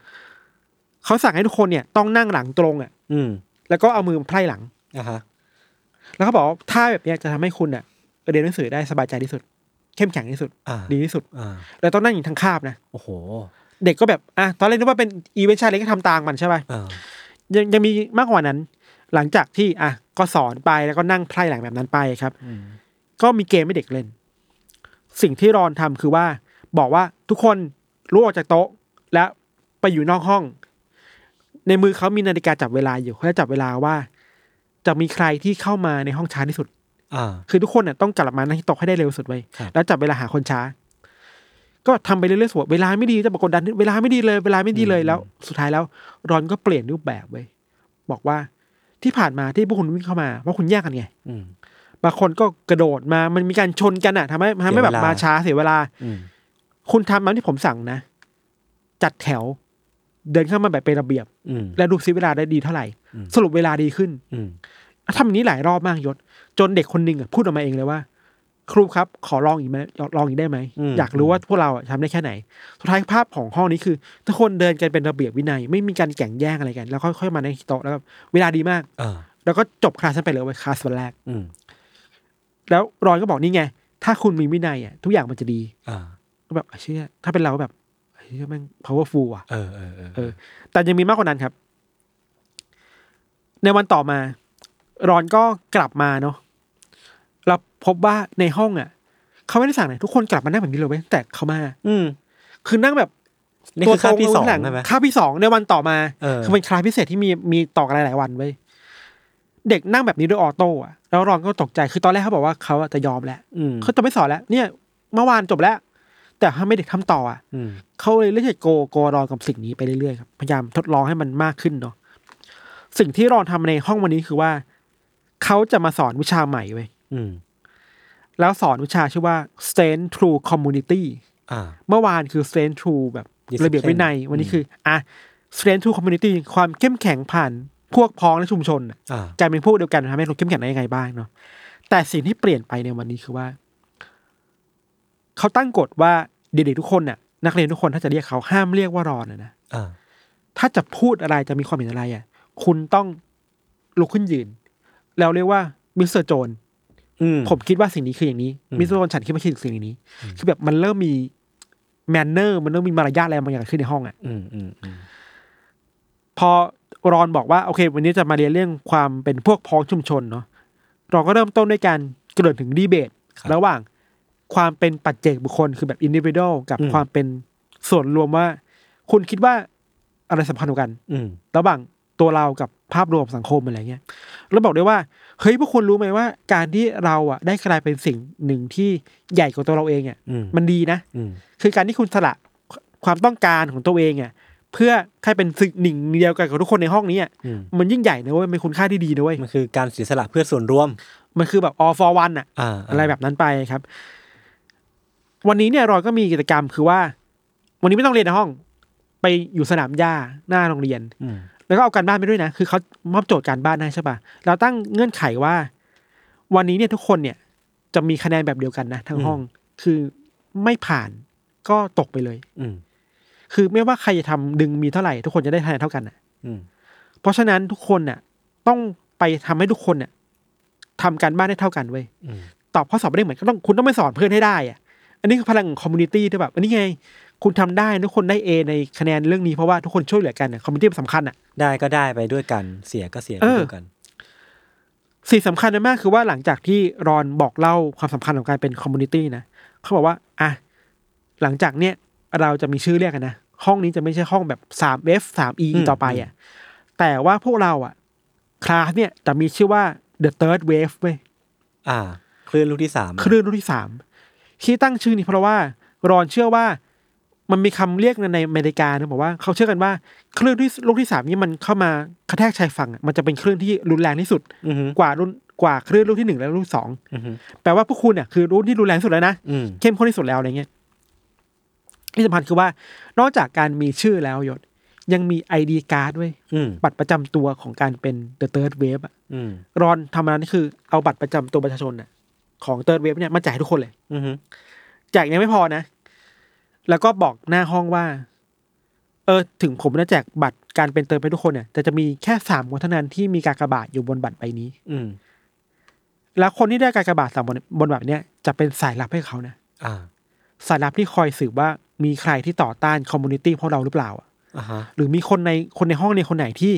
[SPEAKER 3] เขาสั่งให้ทุกคนเนี่ยต้องนั่งหลังตรงอ่ะ
[SPEAKER 2] อืม
[SPEAKER 3] แล้วก็เอามือไพร่หลัง
[SPEAKER 2] อ่าฮะ
[SPEAKER 3] แล้วเขาบอกว่าท่าแบบเนี้ยจะทำให้คุณอ่ะเรียนหนังสือได้สบายใจที่สุด เข้มแข็งที่สุด
[SPEAKER 2] อ่า
[SPEAKER 3] ดีที่สุด
[SPEAKER 2] อ่า
[SPEAKER 3] แล้วต้องนั่งอย่างทางคาบนะ
[SPEAKER 2] โอ้โห
[SPEAKER 3] เด็กก็แบบอ่ะตอนแรกนึกว่าเป็นอีเวนต์ชาเลนจ์ก็ทำตามมันใช่ป่ะ
[SPEAKER 2] อ่า
[SPEAKER 3] ยังยังมีมากกว่านั้น หลังจากที่อ่ะก็สอนไปแล้วก็นั่งไพร่หลังแบบนั้นไปครับ ก็มีเกมให้เด็กเล่น สิ่งที่รอนทำคือว่า บอกว่าทุกคนลุกออกจากโต๊ะ และไปอยู่นอกห้อง ในมือเขามีนาฬิกาจับเวลาอยู่เขาจะจับเวลาว่า จะมีใครที่เข้ามาในห้องช้าที่สุด
[SPEAKER 2] อ่า
[SPEAKER 3] คือทุกคนน่ะต้องกลับมานั่งที่โต๊ะให้ได้เร็วสุดไว้ย
[SPEAKER 2] ครับ
[SPEAKER 3] แล้วจับเวลาหาคนช้า ก็ทำไปเรื่อยๆสวดเวลาไม่ดีจะบอกกดดันเวลาไม่ดีเลยเวลาไม่ดีเลยแล้ว สุดท้ายแล้ว รอนก็เปลี่ยนรูปแบบเว้ยบอกว่าที่ผ่านมาที่พวกคุณวิ่งเข้ามาว่าะคุณแยกกันไง
[SPEAKER 2] อืม
[SPEAKER 3] บางคนก็กระโดดมามันมีการชนกันอ่ะทำให้ทำให้แบบ
[SPEAKER 2] เสียเวลาม
[SPEAKER 3] มาช้าเสียเวลา
[SPEAKER 2] อืม
[SPEAKER 3] คุณทำตามที่ผมสั่งนะ จัดแถว เดินเข้ามาแบบเป็นระเบียบ
[SPEAKER 2] อืม
[SPEAKER 3] และดูซิเวลาได้ดีเท่าไหร่
[SPEAKER 2] อืม
[SPEAKER 3] สรุปเวลาดีขึ้น
[SPEAKER 2] อืม
[SPEAKER 3] ทำอย่างนี้หลายรอบมากยศ จนเด็กคนหนึ่งอะพูดออกมาเองเลยว่า ครูครับ ขอลองอีกไหมลองอีกได้ไหม อยากรู้ว่าพวกเราอะทำได้แค่ไหน สุดท้ายภาพของห้องนี้คือทุกคนเดินกันเป็นระเบียบวินัย ไม่มีการแข่งแย่งอะไรกัน แล้วค่อยๆมาในโต๊ะแล้วก็เวลาดีมาก
[SPEAKER 2] อ่า
[SPEAKER 3] แล้วก็จบคลาสนั้นไปเลยเว้ยคลาสวันแรก
[SPEAKER 2] อืม
[SPEAKER 3] แล้วรอนก็บอกนี่ไง ถ้าคุณมีวินัยอ่ะทุกอย่างมันจะดี
[SPEAKER 2] อ่า
[SPEAKER 3] ก็แบบเชื่อถ้าเป็นเราก็แบบเชื่อแม่ง powerful อ่ะ
[SPEAKER 2] เออเออเออ
[SPEAKER 3] เออ แต่ยังมีมากกว่านั้นครับ ในวันต่อมา รอนก็กลับมาเนาะเราพบว่าในห้องอ่ะ เขาไม่ได้สั่งไหนทุกคนกลับมานั่งแบบนี้เลยเว้ยตั้งแต่เขามา
[SPEAKER 2] อืม
[SPEAKER 3] คือนั่งแบบ
[SPEAKER 2] นี่คือคาบที่สอง
[SPEAKER 3] หลั
[SPEAKER 2] ใช่ไหม
[SPEAKER 3] คาบที่สองในวันต่อมา
[SPEAKER 2] เออ
[SPEAKER 3] คือเป็นคลาสพิเศษที่มีมีต่อกันหลายๆวันเว้ยเด็กนั่งแบบนี้ด้วยออโต้อะแล้วรอนก็ตกใจคือตอนแรกเขาบอกว่าเขาอะจะยอมแล้ว
[SPEAKER 2] อืม
[SPEAKER 3] เขาจะไม่สอนแล้ว เนี่ยเมื่อวานจบแล้ว แต่ถ้าไม่เด็กทำต่ออะ
[SPEAKER 2] อืม
[SPEAKER 3] เขาเลยเลือกจะโกโกรอนกับสิ่งนี้ไปเรื่อยๆครับพยายามทดลองให้มันมากขึ้นเนาะสิ่งที่รอนทำในห้องวันนี้คือว่า เขาจะมาสอนวิชาใหม่เว้ย
[SPEAKER 2] อืม
[SPEAKER 3] แล้วสอนวิชาชื่อว่า stand true community
[SPEAKER 2] อ่า
[SPEAKER 3] เมื่อวานคือ stand true แบบ
[SPEAKER 2] Discipline
[SPEAKER 3] ระเบียบวินัย วันนี้คืออ่ะ stand true community ความเข้มแข็งผ่านพวกพ้องและชุมชนน่ะ
[SPEAKER 2] อ่า
[SPEAKER 3] การเป็นพวกเดียวกันทำให้เราเข้มแข็งได้ยังไงบ้างเนาะแต่สิ่งที่เปลี่ยนไปในวันนี้คือว่า เขาตั้งกฎว่าเด็กๆทุกคนน่ะ นักเรียนทุกคนถ้าจะเรียกเขาห้ามเรียกว่ารอนนะนะ
[SPEAKER 2] อ่า
[SPEAKER 3] ถ้าจะพูดอะไรจะมีความเห็นอะไรอ่ะ คุณต้องลุกขึ้นยืน แล้วเรียกว่ามิสเตอร์โจน
[SPEAKER 2] อืม
[SPEAKER 3] ผมคิดว่าสิ่งนี้คืออย่างนี้
[SPEAKER 2] อืม
[SPEAKER 3] มิสเตอร์โจนฉันคิดว่าคือสิ่งนี้ คือแบบมันเริ่มมีแมนเนอร์มันเริ่มมีมารยาทอะไรบางอย่างขึ้นในห้องอ่ะ
[SPEAKER 2] อืมอืมอืม
[SPEAKER 3] พอรอนบอกว่าโอเค วันนี้จะมาเรียนเรื่องความเป็นพวกพ้องชุมชนเนาะเราก็เริ่มต้นด้วยการเกริ่นถึงดีเบต
[SPEAKER 2] ครับ
[SPEAKER 3] ระหว่างความเป็นปัจเจกบุคคลคือแบบอินดิวิโดกับ
[SPEAKER 2] อืม
[SPEAKER 3] ความเป็นส่วนรวมว่า คุณคิดว่าอะไรสำคัญกว่ากัน
[SPEAKER 2] อืม
[SPEAKER 3] ระหว่างตัวเรากับภาพรวมสังคมอะไรเงี้ยแล้วบอกได้ว่า เฮ้ยพวกคุณรู้ไหมว่า การที่เราอ่ะได้กลายเป็นสิ่งหนึ่งที่ใหญ่กว่าตัวเราเองอ่ะ
[SPEAKER 2] อืม
[SPEAKER 3] มันดีนะ
[SPEAKER 2] อืม
[SPEAKER 3] คือการที่คุณสละความต้องการของตัวเองอ่ะเพื่อแค่เป็นสิ่งหนึ่งเดียวกันกับทุกคนในห้องนี้อ่ะ
[SPEAKER 2] อืม
[SPEAKER 3] มันยิ่งใหญ่นะเว้ยมันคุณค่าที่ดีนะเว้ย
[SPEAKER 2] มันคือการเสียสละเพื่อส่วนรวม
[SPEAKER 3] มันคือแบบ all for one อ่ะ
[SPEAKER 2] อ่า
[SPEAKER 3] อะไรแบบนั้นไปครับ วันนี้เนี่ยรอยก็มีกิจกรรมคือว่า วันนี้ไม่ต้องเรียนในห้อง ไปอยู่สนามหญ้าหน้าโรงเรียน
[SPEAKER 2] อืม
[SPEAKER 3] แล้วก็เอาการบ้านไปด้วยนะ คือเขามอบโจทย์การบ้านให้ใช่ปะเราตั้งเงื่อนไขว่า วันนี้เนี่ยทุกคนเนี่ย จะมีคะแนนแบบเดียวกันนะทั้งห้อง คือไม่ผ่านก็ตกไปเลย
[SPEAKER 2] อืม
[SPEAKER 3] คือไม่ว่าใครจะทำดึงมีเท่าไหร่ ทุกคนจะได้คะแนนเท่ากันนะ
[SPEAKER 2] อืม
[SPEAKER 3] เพราะฉะนั้นทุกคนน่ะ ต้องไปทำให้ทุกคนน่ะทำการบ้านได้เท่ากันเว้ย
[SPEAKER 2] อืม
[SPEAKER 3] ตอบข้อสอบไม่ได้เหมือนก็ต้องคุณต้องไปสอนเพื่อนให้ได้อะอันนี้คือพลังของคอมมูนิตี้ที่แบบอันนี้ไง คุณทำได้ทุกคนได้เอในคะแนนเรื่องนี้เพราะว่าทุกคนช่วยเหลือกันคอมมูนิตี้สำคัญอ่ะ
[SPEAKER 2] ได้ก็ได้ไปด้วยกันเสียก็เสียไป
[SPEAKER 3] เออ
[SPEAKER 2] ด้วยกัน
[SPEAKER 3] สิ่งสำคัญมากๆคือว่าหลังจากที่รอนบอกเล่าความสำคัญของการเป็นคอมมูนิตี้นะเขาบอกว่าอ่ะหลังจากเนี้ยเราจะมีชื่อเรียกกันนะ ห้องนี้จะไม่ใช่ห้องแบบ 3F 3E
[SPEAKER 2] อืม
[SPEAKER 3] ต่อไปอ่ะแต่ว่าพวกเราอ่ะคลาสเนี่ยจะมีชื่อว่า The Third Wave เว้ย
[SPEAKER 2] อ่าคลื่นลูกที่สาม
[SPEAKER 3] คลื่นรุ่นที่สามที่ตั้งชื่อนี้เพราะว่ารอนเชื่อว่ามันมีคำเรียกในอเมริกานะบอกว่าเขาเชื่อกันว่าคลื่นที่ลูกที่สามนี่มันเข้ามากระแทกชายฝั่งอะมันจะเป็นคลื่นที่รุนแรงที่สุด
[SPEAKER 2] อืม
[SPEAKER 3] กว่ารุ่นกว่าคลื่นรุ่นที่หนึ่งและรุ่นสอง
[SPEAKER 2] อืม
[SPEAKER 3] แปลว่าพวกคุณเนี่ยคือรุ่นที่รุนแรงที่สุดแล้วนะ
[SPEAKER 2] อืม
[SPEAKER 3] เข้มข้นที่สุดแล้วอะไรเงี้ย ที่สำคัญคือว่า นอกจากการมีชื่อแล้วยศ ยังมีไอดีการ์ดด้วย
[SPEAKER 2] อืม
[SPEAKER 3] บัตรประจำตัวของการเป็นเดอะเติร์ดเวฟอะ
[SPEAKER 2] อืม
[SPEAKER 3] รอนทำงานนี่คือเอาบัตรประจำตัวประชาชนน่ะของเติร์ดเวฟเนี่ยมาแจกให้ทุกคนเลย
[SPEAKER 2] อืมฮึ
[SPEAKER 3] แจกยังไม่พอนะ แล้วก็บอกหน้าห้องว่า เออ ถึงผมจะแจกบัตรการเป็นเติมไปทุกคนเนี่ย แต่จะมีแค่สามคนเท่านั้นที่มีการกระบาดอยู่บนบัตรใบนี้
[SPEAKER 2] อืม
[SPEAKER 3] แล้วคนที่ได้การกระบาดสามบนบนบัตรเนี้ยจะเป็นสายลับให้เขานะ
[SPEAKER 2] อ่า
[SPEAKER 3] สายลับที่คอยสืบว่ามีใครที่ต่อต้านคอมมูนิตี้พวกเราหรือเปล่าอะ
[SPEAKER 2] อ่าฮะ
[SPEAKER 3] หรือมีคนในคนในห้องในยคนไหนที่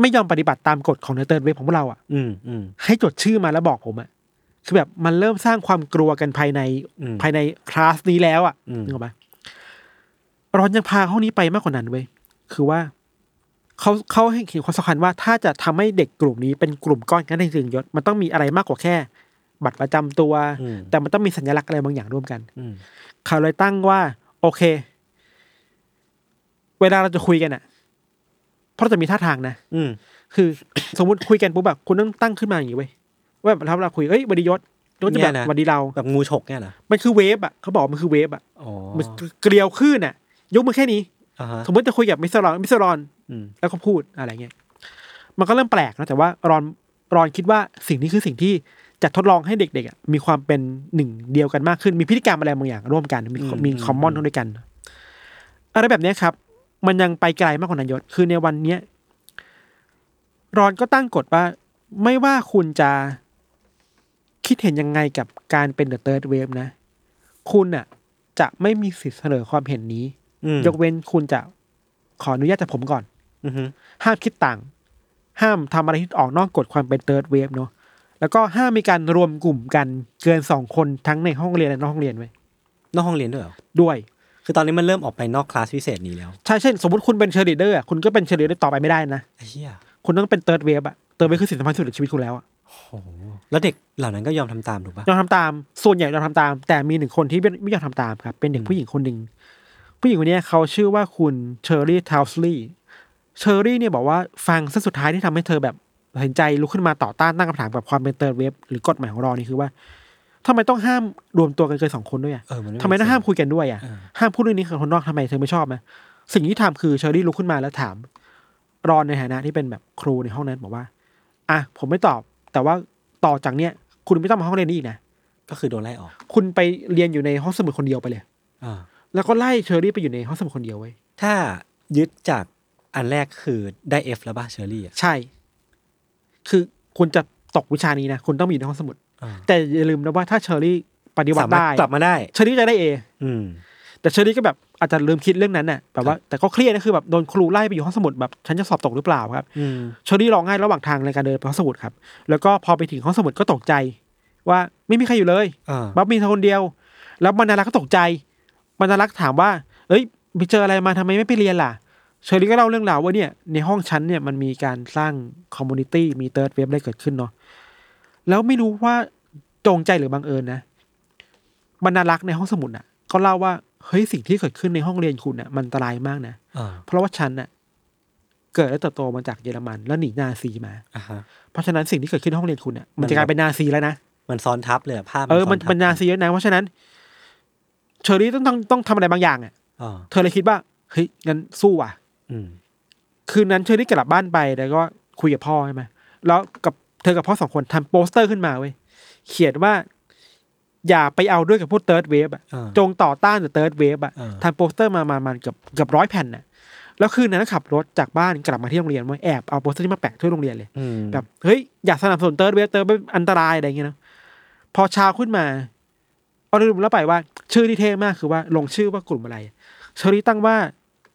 [SPEAKER 3] ไม่ยอมปฏิบัติตามกฎของเนเตอร์เวฟของพวกเราอ่ะ
[SPEAKER 2] อืมอืม
[SPEAKER 3] ให้จดชื่อมาแล้วบอกผมอ่ะ คือแบบมันเริ่มสร้างความกลัวกันภายใน
[SPEAKER 2] อืม
[SPEAKER 3] ภายในคลาสนี้แล้วอ่ะ
[SPEAKER 2] อืม
[SPEAKER 3] นึกออกปะรอนยังพาห้องนี้ไปมากกว่านั้นเว้ย คือว่าเขาเขาให้เห็นความสำคัญว่าถ้าจะทำให้เด็กกลุ่มนี้เป็นกลุ่มก้อนกันได้จริงๆยศ มันต้องมีอะไรมากกว่าแค่ บัตรประจำตัว
[SPEAKER 2] อืม
[SPEAKER 3] แต่มันต้องมีสัญลักษณ์อะไรบางอย่างร่วมกัน
[SPEAKER 2] อืม
[SPEAKER 3] เขาเลยตั้งว่า โอเค เวลาเราจะคุยกันอ่ะ เพราะจะมีท่าทางนะ
[SPEAKER 2] อืม
[SPEAKER 3] คือ สมมติคุยกันปุ๊บแบบคุณต้องตั้งขึ้นมาอย่างนี้เว้ยว่าแบบเราเราคุยเอ้ยวันดียศยศจะแบบวันดีเรา
[SPEAKER 2] แบบงูฉกเนี่ยเหรอ
[SPEAKER 3] มันคือเวฟอ่ะเขาบอกว่ามันคือเวฟอ่ะ
[SPEAKER 2] อ๋อ
[SPEAKER 3] มันเกลียวขึ้นอ่ะ ยกมือแค่นี้
[SPEAKER 2] อ่าฮะ
[SPEAKER 3] สมมติจะคุยกับมิสเตอร์รอนมิสเตอร์รอน
[SPEAKER 2] อืม
[SPEAKER 3] แล้วก็พูดอะไรเงี้ยมันก็เริ่มแปลกนะแต่ว่ารอนรอนคิดว่าสิ่งนี้คือสิ่งที่จะทดลองให้เด็กๆอ่ะมีความเป็นหนึ่งเดียวกันมากขึ้น มีพฤติกรรมอะไรบางอย่างร่วมกันมีมีคอมมอนด้วยกัน อะไรแบบเนี้ยครับ มันยังไปไกลมากกว่านนยศคือในวันเนี้ย รอนก็ตั้งกฎว่า ไม่ว่าคุณจะคิดเห็นยังไงกับการเป็นเดอะเติร์ดเวฟนะ คุณน่ะ จะไม่มีสิทธิ์เสนอความเห็นนี้
[SPEAKER 2] อืม
[SPEAKER 3] ยกเว้นคุณจะขออนุญาตจากผมก่อน
[SPEAKER 2] อือฮึ
[SPEAKER 3] ห้ามคิดต่าง ห้ามทำอะไรที่ออกนอกกฎความเป็นเติร์ดเวฟเนาะแล้วก็ห้ามมีการรวมกลุ่มกันเกินสองคนทั้งในห้องเรียนและนอกห้องเรียนไว้ย
[SPEAKER 2] นอกห้องเรียนด้วยเหรอ
[SPEAKER 3] ด้วย
[SPEAKER 2] คือตอนนี้มันเริ่มออกไปนอกคลาสพิเศษนี้แล้ว
[SPEAKER 3] ใช่เช่น สมมติคุณเป็นเชอร์ลีเดอร์อะคุณก็เป็นเชอร์ลีเดอร์ต่อไปไม่ได้นะ
[SPEAKER 2] ไอ้เหี้ย
[SPEAKER 3] คุณต้องเป็นเติร์ดเวฟอะเติร์ดเวฟคือสิ่งสำคัญที่สุดในชีวิตคุณแล้วอะ
[SPEAKER 2] โอ้โหแล้วเด็กเหล่านั้นก็ยอมทำตามถูกปะ
[SPEAKER 3] ยอมทำตาม ส่วนใหญ่ยอมทำตาม แต่มีหนึ่งคนที่ไม่ยอมทำตามครับ เป็นเด็กผู้หญิงคนหนึ่งผู้หญิงคนเนี้ยเขาชื่อว่าคุณเชอร์รี่ทาวสลีย์เชอร์รี่เนี่ยบอกว่าฟังเส้นสุดท้ายที่ทำให้เธอแบบตัดสินใจลุกขึ้นมาต่อต้านตั้งคำถามกับความเป็นเติร์ดเวฟหรือกฎหมายของเรานี่คือว่าทำไมต้องห้ามรวมตัวกันเกินสองคนด้วยอะ
[SPEAKER 2] เออมัน
[SPEAKER 3] ทำไมต้องห้ามคุยกันด้วยอ่ะ
[SPEAKER 2] เออ
[SPEAKER 3] ห้ามพูดเรื่องนี้กับคนนอกทำไมเธอไม่ชอบไหมสิ่งที่ทำคือเชอรี่ลุกขึ้นมาแล้วถาม รอนในฐานะที่เป็นแบบครูในห้องนั้นบอกว่า อ่ะผมไม่ตอบ แต่ว่าต่อจากเนี้ยคุณไม่ต้องมาห้องเรียนนี้อีกนะ
[SPEAKER 2] ก็คือโดนไล่ออก
[SPEAKER 3] คุณไปเรียนอยู่ในห้องสมุดคนเดียวไปเลย
[SPEAKER 2] อ่า
[SPEAKER 3] แล้วก็ไล่เชอรี่ไปอยู่ในห้องสมุดคนเดียวไว้ย
[SPEAKER 2] ถ้ายึดจากอันแรกคือได้เอฟแล้วป่ะเชอรี่อ่ะ
[SPEAKER 3] ใช่ คือคุณจะตกวิชานี้นะ คุณต้องมาอยู่ในห้องสมุด
[SPEAKER 2] อ่า
[SPEAKER 3] แต่อย่าลืมนะว่าถ้าเชอรี่ปฏิวั
[SPEAKER 2] สา
[SPEAKER 3] ติ
[SPEAKER 2] มารถ
[SPEAKER 3] ได้
[SPEAKER 2] กลับมาได้
[SPEAKER 3] เชอรี่จะได้เอ
[SPEAKER 2] อืม
[SPEAKER 3] แต่เชอรี่ก็แบบอาจจะลืมคิดเรื่องนั้นน่ะแบบว่าแต่ก็เครียดนะคือแบบโดนครูไล่ไปอยู่ห้องสมุดแบบฉันจะสอบตกหรือเปล่าครับ
[SPEAKER 2] อืม
[SPEAKER 3] เชอรี่ร้องไห้ระหว่างทางในการเดินไปห้องสมุดครับ แล้วก็พอไปถึงห้องสมุดก็ตกใจ ว่าไม่มีใครอยู่เลย
[SPEAKER 2] อ่า
[SPEAKER 3] บับมีเธอคนเดียว แล้วบรรณารักษ์ก็ตกใจบรรณารักษ์ถามว่า เอ้ยไปเจออะไรมาทำไมไม่ไปเรียนล่ะเชอรี่ก็เล่าเรื่องราวว่าเนี่ยในห้องชั้นเนี่ยมันมีการสร้างคอมมูนิตี้มีเติร์ดเว็บได้เกิดขึ้นเนาะแล้วไม่รู้ว่าจงใจหรือบังเอิญนะ บรรณารักษ์ในห้องสมุดน่ะก็เล่าว่าเฮ้ยสิ่งที่เกิดขึ้นในห้องเรียนคุณน่ะมันอันตรายมากนะ
[SPEAKER 2] อ่า
[SPEAKER 3] เพราะว่าฉันน่ะเกิดและเติบโตมาจากเยอรมันแล้วหนีนาซีมา
[SPEAKER 2] อ่าฮะ
[SPEAKER 3] เพราะฉะนั้นสิ่งที่เกิดขึ้นในห้องเรียนคุณน่ะมัน
[SPEAKER 2] มัน
[SPEAKER 3] จะกลายเป็นนาซีแล้วนะ
[SPEAKER 2] มันซ้อนทับเลยะภาพ
[SPEAKER 3] เออมัน
[SPEAKER 2] ซ้ทับ
[SPEAKER 3] มันนาซีแล้วนะเพราะฉะนั้น เชอรี่ต้องต้องต้องทำอะไรบางอย่างอ่ะ
[SPEAKER 2] อ่า
[SPEAKER 3] เธอเลยคิดว่าเฮ้ยงั้นสู้อ่ะ
[SPEAKER 2] อืม
[SPEAKER 3] คืนนั้นเชอรี่กลับบ้านไปแล้วก็คุยกับพ่อใช่ไหมแล้วกับเธอกับพ่อสองคนทำโปสเตอร์ขึ้นมาเว้ยเขียนว่า อย่าไปเอาด้วยกับพวกเติร์ดเวฟอ่ะ
[SPEAKER 2] อ่า
[SPEAKER 3] จงต่อต้านเติร์ดเวฟอ่ะ
[SPEAKER 2] อ่า
[SPEAKER 3] ทำโปสเตอร์มามามันเกือบเกือบร้อยแผ่นน่ะ แล้วคืนนั้นขับรถจากบ้านกลับมาที่โรงเรียนเว้ยแอบเอาโปสเตอร์ที่มาแปะที่โรงเรียนเลย
[SPEAKER 2] อืม
[SPEAKER 3] แบบเฮ้ยอยากสนับสนุนเติร์ดเวฟเติร์ดเวฟอันตรายอะไรอย่างเงี้ยนะพอเช้าขึ้นมาเอาลืมแล้วไปว่า ชื่อที่เท่มากคือว่าลงชื่อว่ากลุ่มอะไรเชอรี่ตั้งว่า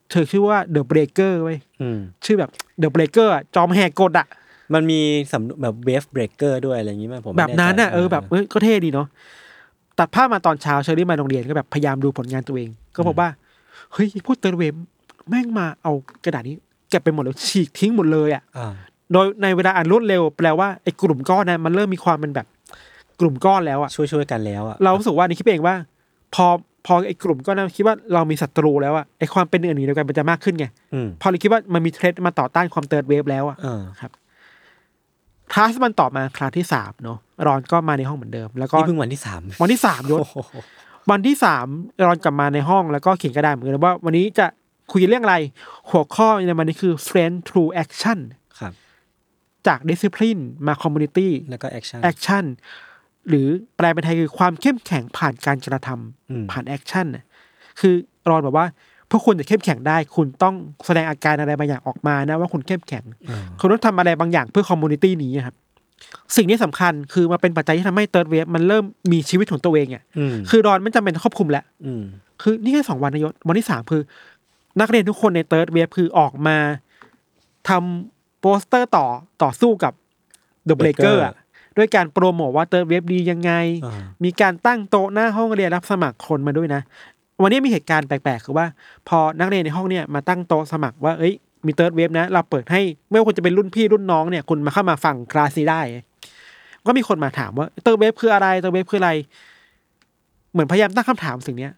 [SPEAKER 3] เธอชื่อว่าเดอะเบรกเกอร์เว้ย
[SPEAKER 2] อืม
[SPEAKER 3] ชื่อแบบเดอะเบรกเกอร์จอมแหกกฎอะ
[SPEAKER 2] มันมีสำนวนแบบเวฟเบรกเกอร์ด้วยอะไรอย่างนี้ไหมผมไม่
[SPEAKER 3] แบบนั้นอะ
[SPEAKER 2] ใจ
[SPEAKER 3] เออแบบเอ้ยก็เท่ดีเนาะตัดภาพมาตอนเช้าเชอรี่มาโรงเรียนก็แบบพยายามดูผลงานตัวเอง ก็บอกว่า เฮ้ยพูดเตอร์เวมแม่งมาเอากระดาษนี้เก็บไปหมดแล้วฉีกทิ้งหมดเลยอะ
[SPEAKER 2] อ่า
[SPEAKER 3] โดยในเวลาอันรวดเร็วแปลว่าไอ้กลุ่มก้อนนั้นมันเริ่มมีความเป็นแบบกลุ่มก้อนแล้วอะ
[SPEAKER 2] ช่วยช่วยๆกันแล้วอ่ะ
[SPEAKER 3] เรารู้สึกว่าในคิดเองว่า พอพอไอ้กลุ่มก้อนนั้นคิดว่าเรามีศัตรูแล้วอะไอ้ความเป็นอื่นงเดียวกันมันจะมากขึ้นไง
[SPEAKER 2] อืม
[SPEAKER 3] พอเราคิดว่ามันมีเทรดมาต่อต้านความเติร์ดเวฟแล้วอะ
[SPEAKER 2] อ่า
[SPEAKER 3] คลาสมันต่อมาคลาสที่สามเนาะรอนก็มาในห้องเหมือนเดิม แล้วก็
[SPEAKER 2] นี่เพิ่งวันที่สาม
[SPEAKER 3] วันที่สามยศ
[SPEAKER 2] โอ้โห
[SPEAKER 3] วันที่สามรอนกลับมาในห้องแล้วก็เขียนกระดาษเหมือนกันว่าวันนี้จะคุยเรื่องอะไร หัวข้อในวันนี้คือ strength through action
[SPEAKER 2] ครับ
[SPEAKER 3] จาก discipline มา community
[SPEAKER 2] แล้วก็แอคชั่น
[SPEAKER 3] action หรือแปลเป็นไทยคือความเข้มแข็งผ่านการกระทำ
[SPEAKER 2] อืม
[SPEAKER 3] ผ่านแอคชั่นน่ะคือรอนบอกว่าพวกคุณจะเข้มแข็งได้ คุณต้องแสดงอาการอะไรบางอย่างออกมานะว่าคุณเข้มแข็ง คุณต้องทำอะไรบางอย่างเพื่อคอมมูนิตี้นี้อะครับ สิ่งที่สำคัญคือมาเป็นปัจจัยที่ทำให้เติร์ดเวฟมันเริ่มมีชีวิตของตัวเองอ่ะ
[SPEAKER 2] อืม
[SPEAKER 3] คือรอนไม่จำเป็นต้องควบคุมแล้ว
[SPEAKER 2] อืม
[SPEAKER 3] คือนี่แค่สองวันนายศวันที่สามคือ นักเรียนทุกคนในเติร์ดเวฟคือออกมาทำโปสเตอร์ต่อต่อสู้กับเดอะเบรเกอร์ด้วยการโปรโมทว่าเติร์ดเวฟดียังไง
[SPEAKER 2] อ่า
[SPEAKER 3] มีการตั้งโต๊ะหน้าห้องเรียนรับสมัครคนมาด้วยนะ วันนี้มีเหตุการณ์แปลกๆ คือว่า พอนักเรียนในห้องเนี่ยมาตั้งโต๊ะสมัครว่าเอ้ยมีเติร์ดเวฟนะ เราเปิดให้ไม่ว่าคุณจะเป็นรุ่นพี่รุ่นน้องเนี่ยคุณมาเข้ามาฟังคลาสนี้ได้ ก็มีคนมาถามว่าเติร์ดเวฟคืออะไรเติร์ดเวฟคืออะไร เหมือนพยายามตั้งคำถามสิ่งเนี้ย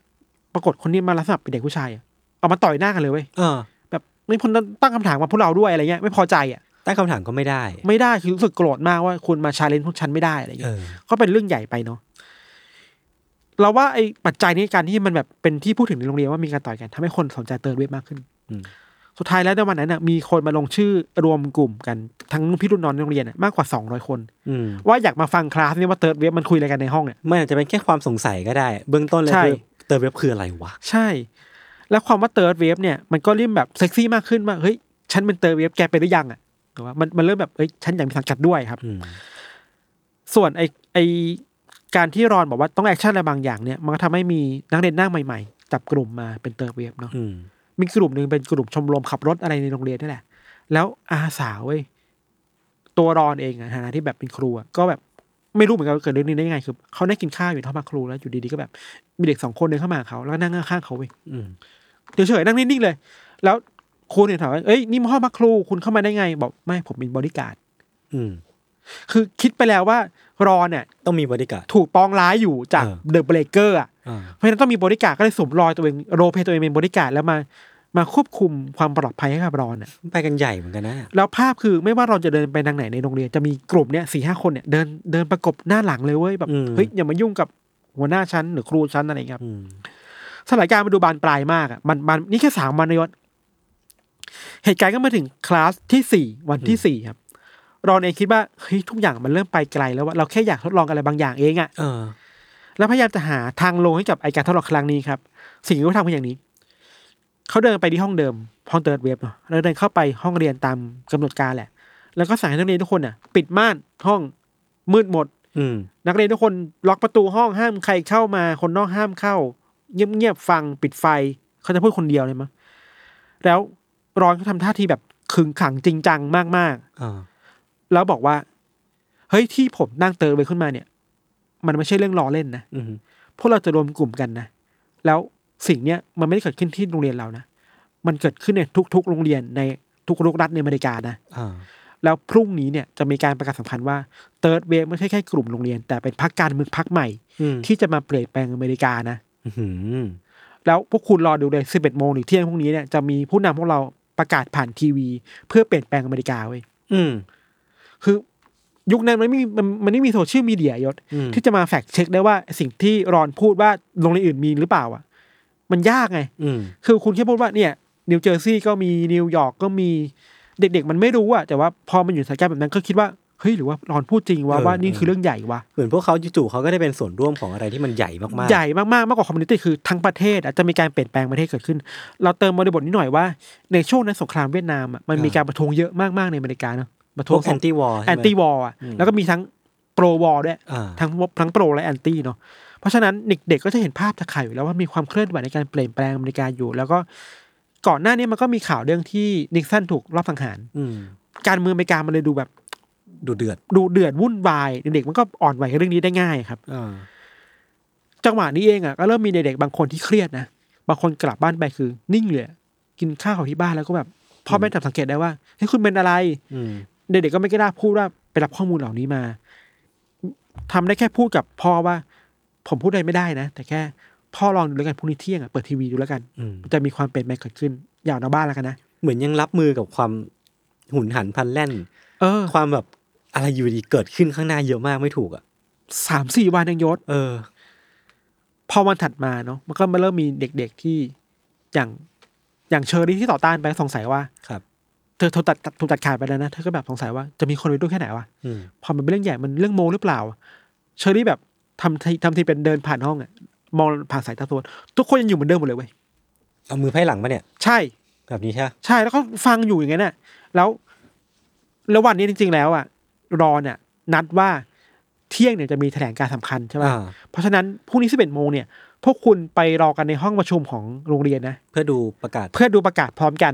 [SPEAKER 3] ปรากฏคนที่มารับสมัครเป็นเด็กผู้ชายอะเอามาต่อยหน้ากันเลยเว้ย
[SPEAKER 2] เออ
[SPEAKER 3] แบบไม่พ้นตั้งคำถามมาพวกเราด้วยอะไรเงี้ยไม่พอใจอ่ะ
[SPEAKER 2] ตั้งคำถามก็ไม่ได้
[SPEAKER 3] ไม่ได้คือรู้สึกโกรธมากว่าคุณมาชาเลนจ์พวกฉันไม่ได้อะไรเงี้ย
[SPEAKER 2] เออ
[SPEAKER 3] ก็เป็นเรื่องใหญ่ไปเนาะเราว่าไอ้ปัจจัยนี้การที่มันแบบเป็นที่พูดถึงในโรงเรียนว่ามีการต่อยกันทำให้คนสนใจเติร์ดเวฟมากขึ้น
[SPEAKER 2] อืม
[SPEAKER 3] สุดท้ายแล้วในวันนั้นน่ะมีคนมาลงชื่อรวมกลุ่มกันทั้งรุ่นพี่รุ่นน้องในโรงเรียนน่ะมากกว่าสองร้อยคน
[SPEAKER 2] อืม
[SPEAKER 3] ว่าอยากมาฟังคลาสนี้ว่าเติร์ดเวฟมันคุยอะไรกันในห้องเนี่ย
[SPEAKER 2] มันอาจจะเป็นแค่ความสงสัยก็ได้ เบื้องต้นเลย
[SPEAKER 3] ใช่
[SPEAKER 2] คือเติมเว็บคืออะไรวะ
[SPEAKER 3] ใช่ แล้วความว่าเติร์ดเวฟเนี่ยมันก็เริ่มแบบเซ็กซี่มากขึ้นว่าเฮ้ยฉันเป็นเติร์ดเวฟแกเป็นหรือยังอ่ะหรือว่ามันมันเริ่มแบบเอ้ยฉันอยากมีสังกัดด้วยครับ
[SPEAKER 2] อืม
[SPEAKER 3] ส่วนไอไอการที่รอนบอกว่าต้องแอคชั่นอะไรบางอย่างเนี่ยมันก็ทำให้มีนักเรียนหน้าใหม่ๆ จับกลุ่มมาเป็นเติร์ดเวฟเนาะ
[SPEAKER 2] อืม
[SPEAKER 3] มีกลุ่มหนึ่งเป็นกลุ่มชมรมขับรถอะไรในโรงเรียนนี่แหละ แล้วอาสาเว้ยตัวรอนเองอะฐานะที่แบบเป็นครูอะก็แบบไม่รู้เหมือนกันว่าเกิดเรื่องนี้ได้ยังไงคือเขาได้กินข้าวอยู่ในห้องพักครูแล้วอยู่ดีๆก็แบบมีเด็กสองคนเดินเข้ามาหาเขาแล้วก็นั่งข้างๆเขาเว้ย
[SPEAKER 2] อืม
[SPEAKER 3] เฉยๆนั่งนิ่งๆเลย แล้วครูเนี่ยถามว่าเอ้ยนี่มันห้องพักครูคุณเข้ามาได้ไง บอกไม่ผมเป็นบริการด
[SPEAKER 2] อืม
[SPEAKER 3] คือคิดไปแล้วว่ารอนเนี่ย
[SPEAKER 2] ต้องมีบริการด
[SPEAKER 3] ถูกปองร้ายอยู่จาก
[SPEAKER 2] เออ
[SPEAKER 3] เดอะเบรเกอร์อ่ะ
[SPEAKER 2] อ่า
[SPEAKER 3] เพราะฉะนั้นต้องมีบริการดก็เลยสวมรอยตัวเองโรลเพลย์ตัวเองเป็นบริการดแล้วมามาควบคุมความปลอดภัยให้กับรอนอ่ะ
[SPEAKER 2] ไปกันใหญ่เหมือนกันนะ
[SPEAKER 3] แล้วภาพคือไม่ว่ารอนจะเดินไปทางไหนในโรงเรียนจะมีกลุ่มเนี่ยสี่ห้าคนเนี่ยเดินเดินประกบหน้าหลังเลยเว้ยแบบเฮ้ยอย่ามายุ่งกับหัวหน้าชั้นหรือครูชั้นอะไรอย่างเงี้ยครับ
[SPEAKER 2] อืม
[SPEAKER 3] สถานการณ์มันดูบานปลายมากอ่ะมันมันนี่แค่สามวันนายศเหตุการณ์ก็มาถึงคลาสที่สี่วันที่สี่ครับรอนเองคิดว่าเฮ้ยทุกอย่างมันเริ่มไปไกลแล้วว่าเราแค่อยากทดลองอะไรบางอย่างเองอ่ะ
[SPEAKER 2] เออ
[SPEAKER 3] แล้วพยายามจะหาทางลงให้กับไอการทดลองครั้งนี้ครับ สิ่งที่เขาทำคืออย่างนี้ เขาเดินไปที่ห้องเดิม ห้องเติร์ดเวฟเนอะแล้วเดินเข้าไปห้องเรียนตามกำหนดการแหละ แล้วก็สั่งให้นักเรียนทุกคนน่ะ ปิดม่านห้องมืดหมด
[SPEAKER 2] อืม
[SPEAKER 3] นักเรียนทุกคนล็อกประตูห้องห้ามใครเข้ามา คนนอกห้ามเข้า เงียบๆฟังปิดไฟ เขาจะพูดคนเดียวเลยมั้งแล้วรอนก็ทำท่าทีแบบขึงขังจริงจังมาก
[SPEAKER 2] อ่า
[SPEAKER 3] ๆ แล้วบอกว่าเฮ้ยที่ผมนั่งเติร์ดเวฟขึ้นมาเนี่ย มันไม่ใช่เรื่องล้อเล่นนะ
[SPEAKER 2] อืม
[SPEAKER 3] พวกเราจะรวมกลุ่มกันนะ แล้วสิ่งเนี้ยมันไม่ได้เกิดขึ้นที่โรงเรียนเรานะ มันเกิดขึ้นในทุกๆ โรงเรียนในทุกรัฐในอเมริกานะ
[SPEAKER 2] อ่า
[SPEAKER 3] แล้วพรุ่งนี้เนี่ยจะมีการประกาศสำคัญว่าเติร์ดเวฟไม่ใช่แค่กลุ่มโรงเรียน แต่เป็นพรรคการเมืองพรรคใหม่
[SPEAKER 2] อืม
[SPEAKER 3] ที่จะมาเปลี่ยนแปลงอเมริกานะ
[SPEAKER 2] อื้อหือ
[SPEAKER 3] แล้วพวกคุณรอดูเลย 11โมงหรือเที่ยงพรุ่งนี้เนี่ยจะมีผู้นำพวกเราประกาศผ่านทีวี เพื่อเปลี่ยนแปลงอเมริกาเว้ย
[SPEAKER 2] อืม
[SPEAKER 3] คือยุคนั้นมันไม่มีมันมันไม่มีโซเชียลมีเดียยศ
[SPEAKER 2] อืม
[SPEAKER 3] ที่จะมาแฟกเช็คได้ว่าสิ่งที่รอนพูดว่าโรงเรียนอื่นมีหรือเปล่าอ่ะ มันยากไง
[SPEAKER 2] อืม
[SPEAKER 3] คือคุณแค่พูดว่าเนี่ยนิวเจอร์ซีย์ก็มีนิวยอร์กก็มีเด็กๆ มันไม่รู้อะแต่ว่าพอมันอยู่ในสถานการณ์แบบนั้นก็คิดว่าเฮ้ยหรือว่ารอนพูดจริงว่าว่านี่คือเรื่องใหญ่วะ
[SPEAKER 2] เหมือนพวกเขาจู่ๆเขาก็ได้เป็นส่วนร่วมของอะไรที่มันใหญ่มากๆ
[SPEAKER 3] ใหญ่มากๆมากกว่าคอมมูนิตี้คือทั้งประเทศอาจจะมีการเปลี่ยนแปลงประเทศเกิดขึ้น เราเติมบริบทนิดหน่อยว่าในช่วงนั้นสงครามเวียดนามอะมันมีการประท้วงเยอะมากๆในอเมริกาเนาะประ
[SPEAKER 2] พ
[SPEAKER 3] ท้ว
[SPEAKER 2] ว
[SPEAKER 3] ง
[SPEAKER 2] กแอนตี้วอล
[SPEAKER 3] แอนตี้วอลอะแล้วก็มีทั้งโปรวอลด้วย
[SPEAKER 2] อ่า
[SPEAKER 3] ทั้งทั้งโปรและแอนตี้เนาะ เพราะฉะนั้นเด็กๆก็จะเห็นภาพจากข่าวอยู่แล้วว่ามีความเคลื่อนไหวในการเปลี่ยนแปลงอเมริกาอยู่ แล้วก็ก่อนหน้านี้มันก็มีข่าวเรื่องที่นิกสันถูกรอบสังหาร
[SPEAKER 2] อืม
[SPEAKER 3] การเมืองอเมริกามันเลยดูแบบ
[SPEAKER 2] ดูเดือด
[SPEAKER 3] ดูเดือดวุ่นวาย เด็กๆมันก็อ่อนไหวกับเรื่องนี้ได้ง่ายครับ
[SPEAKER 2] อ่า
[SPEAKER 3] จังหวะนี้เองอ่ะก็เริ่มมีเด็กๆบางคนที่เครียดนะ บางคนกลับบ้านไปคือนิ่งเลยอะกินข้าวของที่บ้านแล้วก็แบบพ่อแม่จับสังเกตได้ว่าเฮ้ยคุณเป็นอะไร
[SPEAKER 2] อืม
[SPEAKER 3] เด็กๆก็ไม่กล้าพูดว่าไปรับข้อมูลเหล่านี้มาทำได้แค่พูดกับพ่อว่า ผมพูดอะไรไม่ได้นะ แต่แค่พ่อลองดูแล้วกันพรุ่งนี้เที่ยงอะเปิดทีวีดูแล้วกัน
[SPEAKER 2] อืม
[SPEAKER 3] จะมีความเปลี่ยนแปลงเกิดขึ้น อย่าเอาหน้าบ้านแล้วกันนะ
[SPEAKER 2] เหมือนยังรับมือกับความหุนหันพลันแล่น
[SPEAKER 3] เออ
[SPEAKER 2] ความแบบอะไรอยู่ดีเกิดขึ้นข้างหน้าเยอะมากไม่ถูกอ่ะ
[SPEAKER 3] สามสี่วันยังยศ
[SPEAKER 2] เออ
[SPEAKER 3] พอวันถัดมาเนาะมันก็มาเริ่มมีเด็กๆที่อย่างอย่างเชอรี่ที่ต่อต้านไปสงสัยว่า
[SPEAKER 2] ครับ
[SPEAKER 3] เธอเธอตัดตัดถูกตัดขาดไปแล้วนะเธอก็แบบสงสัยว่าจะมีคนไปด้วยแค่ไหนวะ
[SPEAKER 2] อืม
[SPEAKER 3] พอมันเป็นเรื่องใหญ่มันเรื่องโมหรือเปล่า เชอรี่แบบทำทีทำทีเป็นเดินผ่านห้องอะมองผ่านสายตาตัวทุกคนยังอยู่เหมือนเดิมหมดเลยเว้ย
[SPEAKER 2] เอามือไพ่หลังมาเนี่ย
[SPEAKER 3] ใช่
[SPEAKER 2] แบบนี้ใช่ปะ
[SPEAKER 3] ใช่แล้วก็ฟังอยู่อย่างนั้นน่ะ แล้วแล้ววันนี้จริง ๆ แล้วอ่ะ รอนน่ะ นัดว่าเที่ยงเนี่ยจะมีแถลงการณ์สำคัญใช่ป่ะ
[SPEAKER 2] อ่า
[SPEAKER 3] เพราะฉะนั้นพรุ่งนี้สิบเอ็ดโมงเนี่ย พวกคุณไปรอกันในห้องประชุมของโรงเรียนนะ
[SPEAKER 2] เพื่อดูประกาศ
[SPEAKER 3] เพื่อดูประกาศพร้อมกัน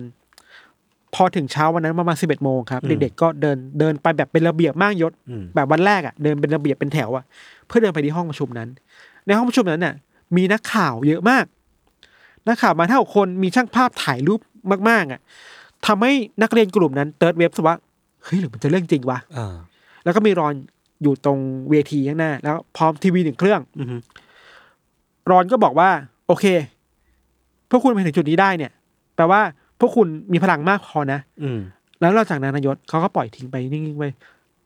[SPEAKER 3] พอถึงเช้าวันนั้นประมาณสิบเอ็ดโมงครับ
[SPEAKER 2] อืม
[SPEAKER 3] เด็กๆก็เดินเดินไปแบบเป็นระเบียบมากยศ
[SPEAKER 2] อืม
[SPEAKER 3] แบบวันแรกอ่ะเดินเป็นระเบียบเป็นแถวอ่ะเพื่อเดินไปที่ห้องประชุมนั้น ในห้องประชุมนั้นน่ะ มีนักข่าวเยอะมาก นักข่าวมาเท่าคนมีช่างภาพถ่ายรูปมากๆอ่ะทำให้นักเรียนกลุ่มนั้นเติร์ดเว็บสว่าเฮ้ยหรือมันจะเรื่องจริงวะ
[SPEAKER 2] อ่า
[SPEAKER 3] แล้วก็มีรอนอยู่ตรงเวทีข้างหน้า แล้วพร้อมทีวีหนึ่งเครื่อง
[SPEAKER 2] อือฮึ
[SPEAKER 3] รอนก็บอกว่า โอเค พวกคุณไปถึงจุดนี้ได้เนี่ย แปลว่าพวกคุณมีพลังมากพอนะ
[SPEAKER 2] อืม
[SPEAKER 3] แล้วหลังจากนั้นนายศเขาก็ปล่อยทิ้งไปนิ่งๆไป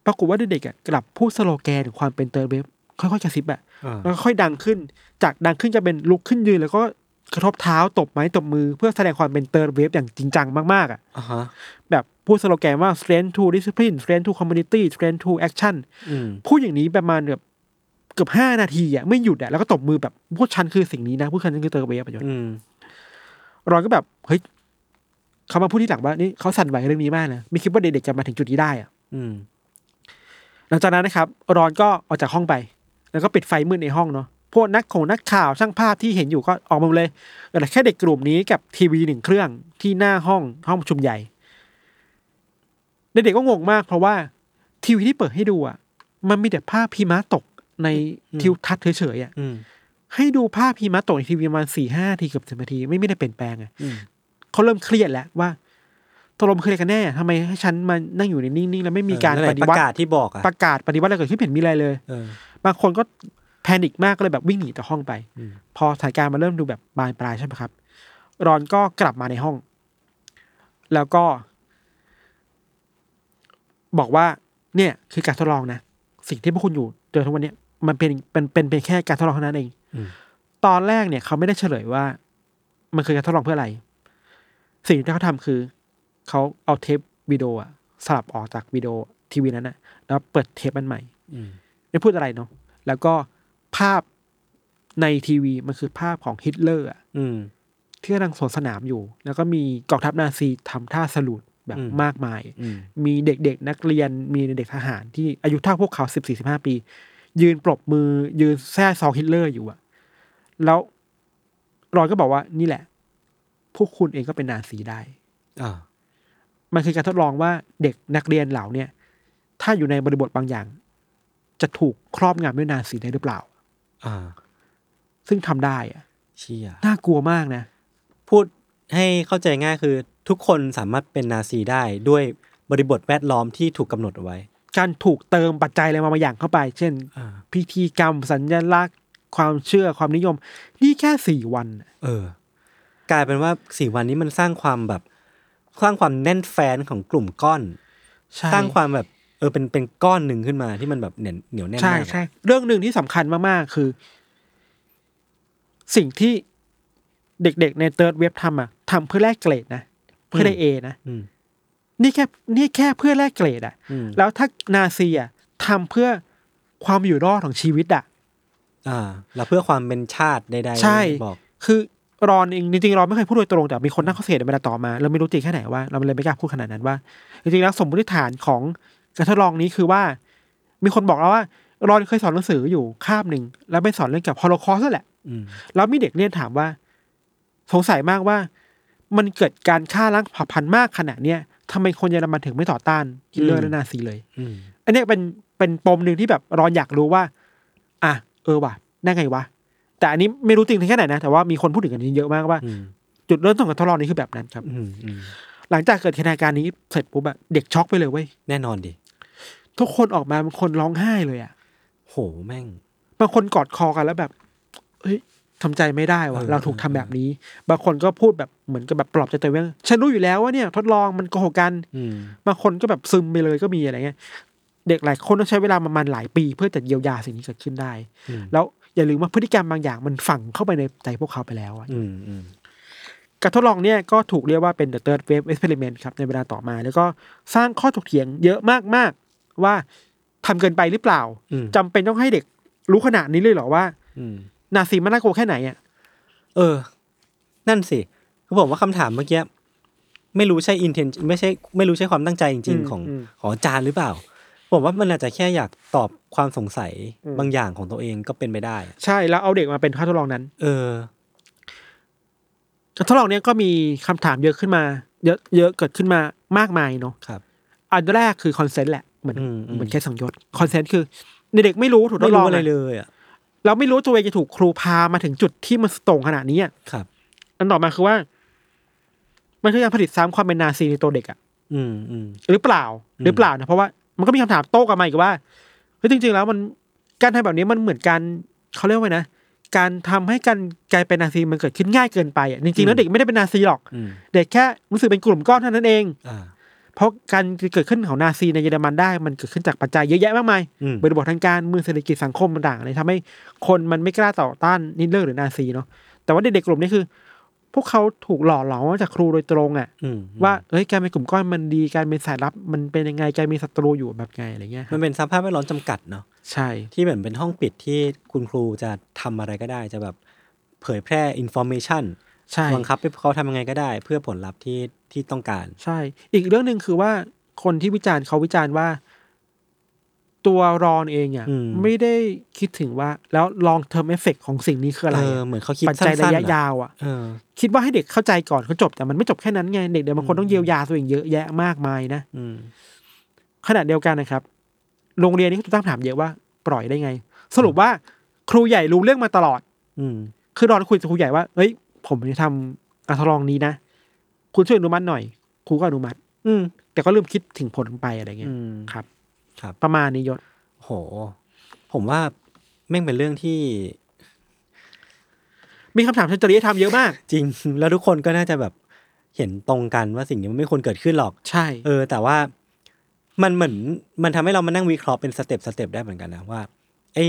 [SPEAKER 3] ปรากฏว่าเด็กๆอะกลับพูดสโลแกนถึงความเป็นเติร์ดเว็บค่อยๆกระซิบอะ
[SPEAKER 2] อ่า
[SPEAKER 3] แล้วก็ค่อยดังขึ้น จากดังขึ้นจะเป็นลุกขึ้นยืน แล้วก็กระทบเท้าตบไม้ตบมือเพื่อแสดงความเป็นเติร์ดเว็บอย่างจริงจังมากๆอะ
[SPEAKER 2] อ่าฮะ
[SPEAKER 3] แบบพูดสโลแกนว่า strength to discipline strength to community strength to action
[SPEAKER 2] อืม
[SPEAKER 3] พูดอย่างนี้ประมาณแบบเกือบห้านาทีอะไม่หยุดอะแล้วก็ตบมือแบบพวกฉันคือสิ่งนี้นะพวกฉันคือเติร์ดเว็บอะยศ
[SPEAKER 2] อืม
[SPEAKER 3] รอนก็แบบเฮ้ยเขามาพูดที่หลังว่านี่เขาสั่นไหวเรื่องนี้มากนะไม่คิดว่าเด็กๆจะมาถึงจุดนี้ได้อะ
[SPEAKER 2] อืม
[SPEAKER 3] หลังจากนั้นนะครับ รอนก็ออกจากห้องไป แล้วก็ปิดไฟมืดในห้องเนาะพวกนักของนักข่าวช่างภาพที่เห็นอยู่ก็ออกมาหมดเลยแต่แค่เด็กกลุ่มนี้กับทีวีหนึ่งเครื่องที่หน้าห้องห้องประชุมใหญ่เด็กๆก็งงมาก เพราะว่าทีวีที่เปิดให้ดูอ่ะ มันมีแต่ภาพพีม้าตกในทิวทัศน์เฉยๆอ่ะ
[SPEAKER 2] อืม
[SPEAKER 3] ให้ดูภาพพีม้าตกในทีวีประมาณสี่ห้าทีเกือบสิบนาทีไม่ไม่ได้เปลี่ยนแปลงอะ
[SPEAKER 2] อืม
[SPEAKER 3] เขาเริ่มเครียดแล้วว่าตกลงคืออะไรกันแน่ทำไมให้ฉันมานั่งอยู่ในนิ่งๆ แล้วไม่มีการ
[SPEAKER 2] เออนั่นแห
[SPEAKER 3] ป
[SPEAKER 2] ละ
[SPEAKER 3] ฏิ
[SPEAKER 2] ป
[SPEAKER 3] วั
[SPEAKER 2] ระ
[SPEAKER 3] ติ
[SPEAKER 2] กาศที่บอกอะ
[SPEAKER 3] ประกาศปฏิวัติอะไรเกิดขึ้นไม่เห็นมีอะไรเลย
[SPEAKER 2] เออ
[SPEAKER 3] บางคนก็แพนิคมากก็เลยแบบวิ่งหนีจากห้องไป
[SPEAKER 2] อืม
[SPEAKER 3] พอสถานการณ์มันเริ่มดูแบบบานปลายใช่ไหมครับ รอนก็กลับมาในห้อง แล้วก็ บอกว่า เนี่ย คือการทดลองนะ สิ่งที่พวกคุณอยู่เจอทุกวันเนี้ยมันเป็นเป็นเป็นเพียงแค่การทดลองเท่านั้นเองตอนแรกเนี่ย เขาไม่ได้เฉลยว่า มันคือการทดลองเพื่ออะไร สิ่งที่เขาทำคือ เขาเอาเทปวิดีโออะสลับออกจากวิดีโอทีวีนั้นนะแล้วเปิดเทปอันใหม่
[SPEAKER 2] อืม
[SPEAKER 3] ไม่พูดอะไรเนาะ แล้วก็ภาพในทีวีมันคือภาพของฮิตเลอร์อะ
[SPEAKER 2] อืม
[SPEAKER 3] ที่กำลังสวนสนามอยู่ แล้วก็มีกองทัพนาซีทำท่าสลุดแบบ
[SPEAKER 2] อืม
[SPEAKER 3] มากมาย
[SPEAKER 2] อืม
[SPEAKER 3] มีเด็กๆ นักเรียนมีเด็กทหารที่อายุเท่าพวกเขาสิบสี่สิบห้าปี ยืนปรบมือ ยืนแซ่ซองฮิตเลอร์อยู่อะแล้วรอนก็บอกว่านี่แหละ พวกคุณเองก็เป็นนาซีได้
[SPEAKER 2] อ่า
[SPEAKER 3] มันคือการทดลองว่าเด็กนักเรียนเหล่าเนี่ย ถ้าอยู่ในบริบทบางอย่าง จะถูกครอบงำด้วยนาซีได้หรือเปล่า
[SPEAKER 2] อ่า
[SPEAKER 3] ซึ่งทำได้อะ
[SPEAKER 2] เชี่ย
[SPEAKER 3] น่ากลัวมากนะ
[SPEAKER 2] พูดให้เข้าใจง่ายคือทุกคนสามารถเป็นนาซีได้ด้วยบริบทแวดล้อมที่ถูกกำหนดเอาไว้
[SPEAKER 3] การถูกเติมปัจจัยอะไรมาบางอย่างเข้าไป เช่น
[SPEAKER 2] อ่า
[SPEAKER 3] พิธีกรรมสัญลักษณ์ ความเชื่อความนิยม นี่แค่สี่วันน่ะ
[SPEAKER 2] เออ กลายเป็นว่าสี่วันนี้มันสร้างความแบบ สร้างความแน่นแฟนของกลุ่มก้อน สร้างความแบบเออเป็นเป็นก้อนหนึ่งขึ้นมาที่มันแบบเหนียวเหนียวแน่น
[SPEAKER 3] ใช่
[SPEAKER 2] มากอะ
[SPEAKER 3] ใช่เรื่องหนึ่งที่สำคัญมาก ๆ คือ สิ่งที่เด็กๆ ในเติร์ดเว็บทำอ่ะทำเพื่อแลกเกรดนะ เพื่อได้เอนะ
[SPEAKER 2] อืม
[SPEAKER 3] นี่แค่นี่แค่เพื่อแลกเกรดอ่ะ
[SPEAKER 2] อืม
[SPEAKER 3] แล้วถ้านาซีอ่ะทำเพื่อความอยู่รอดของชีวิตอ่ะ
[SPEAKER 2] อ่า แล้วเพื่อความเป็นชาติใดๆ
[SPEAKER 3] ใช่
[SPEAKER 2] บอก
[SPEAKER 3] คือรอนเองจริงๆรอนไม่เคยพูดโดยตรงแต่มีคนนั่งข้อสังเกตในเวลาต่อมาเราไม่รู้จริงแค่ไหนว่าเราเลยไม่กล้าพูดขนาดนั้นว่าจริงๆแล้วสมมติฐานของการทดลองนี้คือว่า มีคนบอกเราว่ารอนเคยสอนหนังสืออยู่คาบหนึ่งแล้วไปสอนเรื่องเกี่ยวกับฮอโลคอสนั่นแหละ
[SPEAKER 2] อืม
[SPEAKER 3] แล้วมีเด็กเรียนถามว่า สงสัยมากว่ามันเกิดการฆ่าล้างเผ่าพันธุ์มากขนาดเนี้ยทำไมคนเยอรมันถึงไม่ต่อต้านฮิตเลอ
[SPEAKER 2] อืม
[SPEAKER 3] ร์และนาซีเลย
[SPEAKER 2] อืม
[SPEAKER 3] อันเนี้ยเป็นเป็นปมหนึ่งที่แบบรอนอยากรู้ว่า อ่ะเออว่ะได้ไงวะ แต่อันนี้ไม่รู้จริงแค่ไหนนะ แต่ว่ามีคนพูดถึงกันเยอะมากว่า
[SPEAKER 2] อืม
[SPEAKER 3] จุดเริ่มต้นของทดลองนี้คือแบบนั้นครับ
[SPEAKER 2] อืมอืม
[SPEAKER 3] หลังจากเกิดเหตุการณ์นี้เสร็จปุ๊บอะเด็กช็อกไปเลยเว้ย
[SPEAKER 2] แน่นอนดิ
[SPEAKER 3] ทุกคนออกมาบางคนร้องไห้เลยอะ
[SPEAKER 2] โหแม่ง
[SPEAKER 3] บางคนกอดคอกันแล้วแบบเฮ้ยทำใจไม่ได้วะ
[SPEAKER 2] เออ
[SPEAKER 3] เราถูกทำแบบนี้ บางคนก็พูดแบบเหมือนกับแบบปลอบใจตัวเองว่าฉันรู้อยู่แล้วว่าเนี่ย ทดลองมันโกหกกัน
[SPEAKER 2] อืม
[SPEAKER 3] บางคนก็แบบซึมไปเลยก็มีอะไรเงี้ย เด็กหลายคนต้องใช้เวลาประมาณหลายปี เพื่อจะเยียวยาสิ่งนี้เกิดขึ้นได้
[SPEAKER 2] อืม
[SPEAKER 3] แล้ว อย่าลืมว่าพฤติกรรมบางอย่างมันฝังเข้าไปในใจพวกเขาไปแล้วอะ
[SPEAKER 2] อืมอืม
[SPEAKER 3] การทดลองเนี่ยก็ถูกเรียกว่าเป็น the third wave experiment ครับในเวลาต่อมา แล้วก็สร้างข้อถกเถียงเยอะมากๆว่าทำเกินไปหรือเปล่า
[SPEAKER 2] อืม
[SPEAKER 3] จำเป็นต้องให้เด็กรู้ขนาดนี้เลยเหรอว่า
[SPEAKER 2] อืม
[SPEAKER 3] นาซีมันน่ากลัวแค่ไหนอ่ะ
[SPEAKER 2] เออ นั่นสิคือผมว่าคำถามเมื่อกี้ไม่รู้ใช่อินเทนไม่ใช่ไม่รู้ใช่ความตั้งใจจริง ๆ ของ
[SPEAKER 3] ม
[SPEAKER 2] ของอาจารย์หรือเปล่า ผมว่ามันอาจจะแค่อยากตอบความสงสัย
[SPEAKER 3] อืม
[SPEAKER 2] บางอย่างของตัวเองก็เป็นไปได้อะ
[SPEAKER 3] ใช่แล้วเอาเด็กมาเป็นข้อทดลองนั้น
[SPEAKER 2] เออ
[SPEAKER 3] การทดลองเนี้ยก็มีคำถามเยอะขึ้นมา เยอะเยอะเกิดขึ้นมามากมายเนาะ
[SPEAKER 2] ครับ
[SPEAKER 3] อันแรกคือคอนเซนต์แหละเหมือน
[SPEAKER 2] อืมอืม
[SPEAKER 3] เหมือนแค่สังยศคอนเซนต์คือเด็กๆไม่รู้ถูกท
[SPEAKER 2] ไม่
[SPEAKER 3] ดลอ
[SPEAKER 2] รู้
[SPEAKER 3] ง
[SPEAKER 2] อะไร
[SPEAKER 3] อะ
[SPEAKER 2] เลยอ่ะ
[SPEAKER 3] เราไม่รู้ตัวเองจะถูกครูพามาถึงจุดที่มันสโตรงขนาดนี้อะ
[SPEAKER 2] ครับ
[SPEAKER 3] อันต่อมาคือว่า มันคือการผลิตซ้ำความเป็นนาซีในตัวเด็กอะ
[SPEAKER 2] อืมอืม
[SPEAKER 3] หรือเปล่า
[SPEAKER 2] อืม
[SPEAKER 3] หรือเปล่านะเพราะว่ามันก็มีคำถามโต้กลับมาอีกว่าเฮ้ยจริง ๆ แล้วมันการทำแบบนี้มันเหมือนการเขาเรียกว่าไงนะการทำให้การกลายเป็นนาซีมันเกิดขึ้นง่ายเกินไปอะจริงๆแล้วเด็กไม่ได้เป็นนาซีหรอก
[SPEAKER 2] อืม
[SPEAKER 3] เด็กแค่รู้สึกเป็นกลุ่มก้อนเท่านั้นเอง
[SPEAKER 2] อ่า
[SPEAKER 3] เพราะการเกิดขึ้นของนาซีในเยอรมันได้ มันเกิดขึ้นจากปัจจัยเยอะแยะมากมาย
[SPEAKER 2] อืม
[SPEAKER 3] บริบททางการเมืองเศรษฐกิจสังคมต่างๆเลยทำให้คนมันไม่กล้าต่อต้านนิดเลอร์หรือนาซีเนาะแต่ว่าเด็กๆกลุ่มนี้คือ พวกเขาถูกหล่อหลอมมาจากครูโดยตรงอะ่ะ
[SPEAKER 2] อืม
[SPEAKER 3] ว่าเอ้ยการเป็นกลุ่มก้อนมันดีการเป็นสายลับ มันเป็นยังไงการมีศัตรูอยู่แบบไงอะไรเงี้ย
[SPEAKER 2] มันเป็นสภาพแวดล้อมจำกัดเนาะ
[SPEAKER 3] ใช่
[SPEAKER 2] ที่เหมือนเป็นห้องปิดที่คุณครูจะทำอะไรก็ได้ จะแบบเผยแพร่อินโฟ a t ชัน
[SPEAKER 3] ใช่
[SPEAKER 2] บังคับให้เขาทำยังไงก็ได้ เพื่อผลลัพธ์ที่ที่ต้องการ
[SPEAKER 3] ใช่ อีกเรื่องหนึ่งคือว่าคนที่วิจารณ์เขาวิจารณ์ว่า ตัวรอนเองอะ่ะ
[SPEAKER 2] อืม
[SPEAKER 3] ไม่ได้คิดถึงว่าแล้วลองเทอมเอฟเฟกของสิ่งนี้คืออะไร
[SPEAKER 2] เอ
[SPEAKER 3] อะ
[SPEAKER 2] อเหมือนเขาคิด
[SPEAKER 3] ปัจ
[SPEAKER 2] สั้
[SPEAKER 3] จัย
[SPEAKER 2] นๆ
[SPEAKER 3] ระยะ
[SPEAKER 2] เหรอย
[SPEAKER 3] าวอ่ะ
[SPEAKER 2] เออ
[SPEAKER 3] คิดว่าให้เด็กเข้าใจก่อนเขาจบแต่มันไม่จบแค่นั้นไงเด็กเดี๋ยวบางคนต้องเยียวยาตัวเองเยอะแยะมากมายนะ
[SPEAKER 2] อืม
[SPEAKER 3] ขณะเดียวกันนะครับ โรงเรียนนี่ก็ตั้งคำถามเยอะว่า ปล่อยได้ไง สรุปว่าครูใหญ่รู้เรื่องมาตลอด
[SPEAKER 2] อืม
[SPEAKER 3] คือรอนคุยกับครูใหญ่ว่าเอ้ย ผมจะทำการทดลองนี้นะ คุณช่วยอนุมัติหน่อย ครูก็อนุมัติ
[SPEAKER 2] อืม
[SPEAKER 3] แต่ก็ลืมคิดถึงผลไปอะไรเงี้ย
[SPEAKER 2] อืม
[SPEAKER 3] ครับ
[SPEAKER 2] ครับ
[SPEAKER 3] ประมาณนี้ยศ
[SPEAKER 2] โห ผมว่าแม่งเป็นเรื่องที่
[SPEAKER 3] มีคำถามเชิงจริยธรรมเยอะมาก
[SPEAKER 2] จริง แล้วทุกคนก็น่าจะแบบเห็นตรงกันว่าสิ่งนี้มันไม่ควรเกิดขึ้นหรอก
[SPEAKER 3] ใช่
[SPEAKER 2] เออ แต่ว่ามันเหมือนมันทำให้เรามานั่งวิเคราะห์เป็นสเต็ปสเต็ปได้เหมือนกันนะว่าไอ้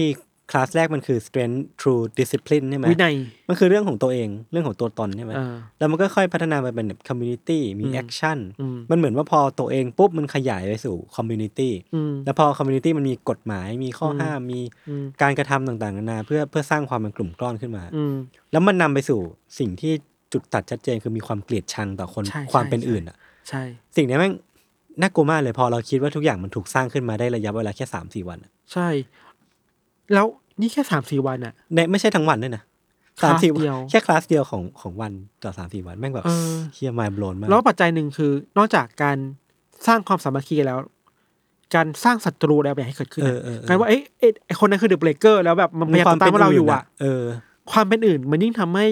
[SPEAKER 2] คลาสแรกมันคือ strength through discipline ใช่ไหม
[SPEAKER 3] วินัย
[SPEAKER 2] มันคือเรื่องของตัวเองเรื่องของตัวตนใช่ไหม
[SPEAKER 3] เออ
[SPEAKER 2] แล้วมันก็ค่อยพัฒนาไปเป็นแบบ community มี
[SPEAKER 3] อืม
[SPEAKER 2] action
[SPEAKER 3] อืม
[SPEAKER 2] มันเหมือนว่าพอตัวเองปุ๊บมันขยายไปสู่ community
[SPEAKER 3] อืม
[SPEAKER 2] แล้วพอ community มันมีกฎหมายมีข้ออ
[SPEAKER 3] ม
[SPEAKER 2] ห้ามมี
[SPEAKER 3] อืม
[SPEAKER 2] การกระทำต่างๆนานาเพื่อเพื่อสร้างความเป็นกลุ่มก้อนขึ้นมา
[SPEAKER 3] อืม
[SPEAKER 2] แล้วมันนำไปสู่สิ่งที่จุดตัดชัดเจนคือมีความเกลียดชังต่อคน
[SPEAKER 3] ใช่
[SPEAKER 2] ความเป็น
[SPEAKER 3] ใช่
[SPEAKER 2] อื่นอ่ะ
[SPEAKER 3] ใช่
[SPEAKER 2] สิ่งเนี้ยแม่งน่ากลัวมากเลยพอเราคิดว่าทุกอย่างมันถูกสร้างขึ้นมาได้ระยะเวลาแค่สามสี่วันอะ
[SPEAKER 3] ใช่ แล้วนี่แค่สามสี่วันอะ
[SPEAKER 2] ในไม่ใช่ทั้งวันด้วยนะ
[SPEAKER 3] คลา
[SPEAKER 2] สาม
[SPEAKER 3] ส
[SPEAKER 2] สี่วั
[SPEAKER 3] เดียว
[SPEAKER 2] แค่คลาสเดียวของของวันต่อสามสี่วันแม่งแบบ
[SPEAKER 3] เออ
[SPEAKER 2] เฮียมายโบลนมาก
[SPEAKER 3] แล้วปัจจัยหนึ่งคือนอกจากการสร้างความสามัคคีแล้ว การสร้างศัตรูอะไรแบบนี้ให้เกิดขึ้น
[SPEAKER 2] เอ
[SPEAKER 3] อะ
[SPEAKER 2] อเออเออ
[SPEAKER 3] การว่าเอ้ยเอ้ยไอคนนั้นคือเดอะเบรกเกอร์แล้วแบบมันพยายามตามว่าเราอยู่อะ
[SPEAKER 2] เออ
[SPEAKER 3] ความเป็นอื่น มันยิ่งทำให้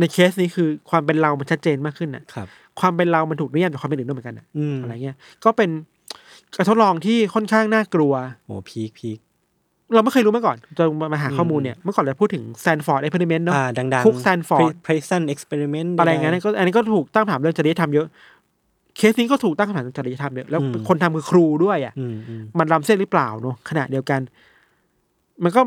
[SPEAKER 3] ในเคสนี้คือความเป็นเรามันชัดเจนมากขึ้นอะ
[SPEAKER 2] ครับ
[SPEAKER 3] ความเป็นเรามันถูกนิยามจากความเป็นอื่นด้วยเหมือนกันอะ
[SPEAKER 2] อืม
[SPEAKER 3] อะไรเงี้ย ก็เป็นการทดลองที่ค่อนข้างน่ากลัว
[SPEAKER 2] โอ้พีคพีค
[SPEAKER 3] เราไม่เคยรู้มาก่อนจนมาหาข้อมูล
[SPEAKER 2] อืม
[SPEAKER 3] เนี่ยเมื่อก่อนเราพูดถึงแซนฟอร์ดเอ็กเพร์เมนต์เนาะ
[SPEAKER 2] อ่าดังๆ
[SPEAKER 3] คุก Sanford
[SPEAKER 2] prison experiment
[SPEAKER 3] อะไรอย่าง
[SPEAKER 2] ใดๆ
[SPEAKER 3] นั้นก็อันนี้ก็ถูกตั้งคำถามเรื่องจริยธรรมเยอะ เคสนี้ก็ถูกตั้งคำถามเรื่องจริยธรรมเยอะแล้ว
[SPEAKER 2] อืม
[SPEAKER 3] คนทำคือครูด้วยอ่ะ
[SPEAKER 2] อืมอืม
[SPEAKER 3] มันล้ำเส้นหรือเปล่าเนอะขณะเดียวกัน มันก็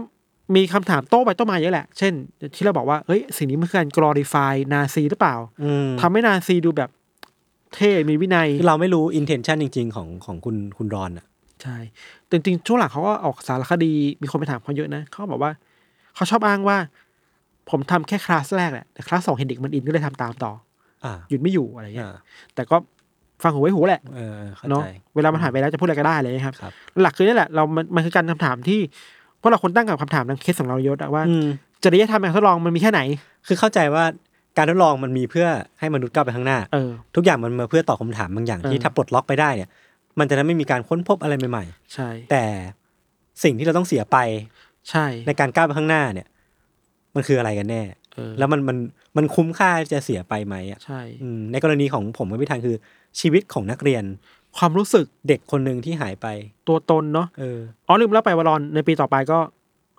[SPEAKER 3] มีคำถามโต้ไปโต้มาเยอะแหละ เช่น ที่เราบอกว่าเอ้ยสิ่งนี้มันคือการ glorify นาซีหรือเปล่า
[SPEAKER 2] อืม
[SPEAKER 3] ทำให้นาซีดูแบบเท่มีวินัย
[SPEAKER 2] คือเราไม่รู้อินเทนชันจริง ๆ ของของคุณคุณรอนอ่ะ
[SPEAKER 3] ใช่แต่จริงๆช่วงหลังเขาก็ออกสารคดีมีคนไปถามเขาเยอะนะเขาบอกว่าเขาชอบอ้างว่า ผมทำแค่คลาสแรกแหละแต่คลาสสองเห็นเด็กมันอินก็เลยทำตามต่อ
[SPEAKER 2] อ่า
[SPEAKER 3] หยุดไม่อยู่อะไรเงี้ย
[SPEAKER 2] อ่า
[SPEAKER 3] แต่ก็ฟังหูไว้หูแหละ
[SPEAKER 2] เออเข้า
[SPEAKER 3] เนาะ
[SPEAKER 2] ใจ
[SPEAKER 3] เวลามันผ่านไปแล้วจะพูดอะไรก็ได้เลยนะครับ
[SPEAKER 2] ครับ
[SPEAKER 3] หลักคือนี่แหละเรามันมันคือการคำถามที่พวกเราคนตั้งกับคำถามทางเคสของเรายศอะว่า
[SPEAKER 2] อืม
[SPEAKER 3] จริยธรรมการทดลองมันมีแค่ไหน
[SPEAKER 2] คือเข้าใจว่าการทดลองมันมีเพื่อให้มนุษย์ก้าวไปข้างหน้า
[SPEAKER 3] เออ
[SPEAKER 2] ทุกอย่างมันมาเพื่อตอบคำถามบางอย่าง
[SPEAKER 3] เออ
[SPEAKER 2] ที่ถ้าปลดล็อกไปได้เนี่ย มันจะได้ไม่มีการค้นพบอะไรใหม่
[SPEAKER 3] ใช่
[SPEAKER 2] ๆ แต่สิ่งที่เราต้องเสียไป
[SPEAKER 3] ใช่
[SPEAKER 2] ในการก้าวไปข้างหน้าเนี่ย มันคืออะไรกันแน่
[SPEAKER 3] เออ
[SPEAKER 2] แล้วมันมันมันคุ้มค่าจะเสียไปไหมอ่ะ
[SPEAKER 3] ใช่
[SPEAKER 2] อืมในกรณีของผมกับพี่ธันคือชีวิตของนักเรียน
[SPEAKER 3] ความรู้สึก
[SPEAKER 2] เด็กคนหนึ่งที่หายไป
[SPEAKER 3] ตัวตนเนาะ
[SPEAKER 2] เออ
[SPEAKER 3] อ๋อลืมเล่าไปวารอนในปีต่อไปก็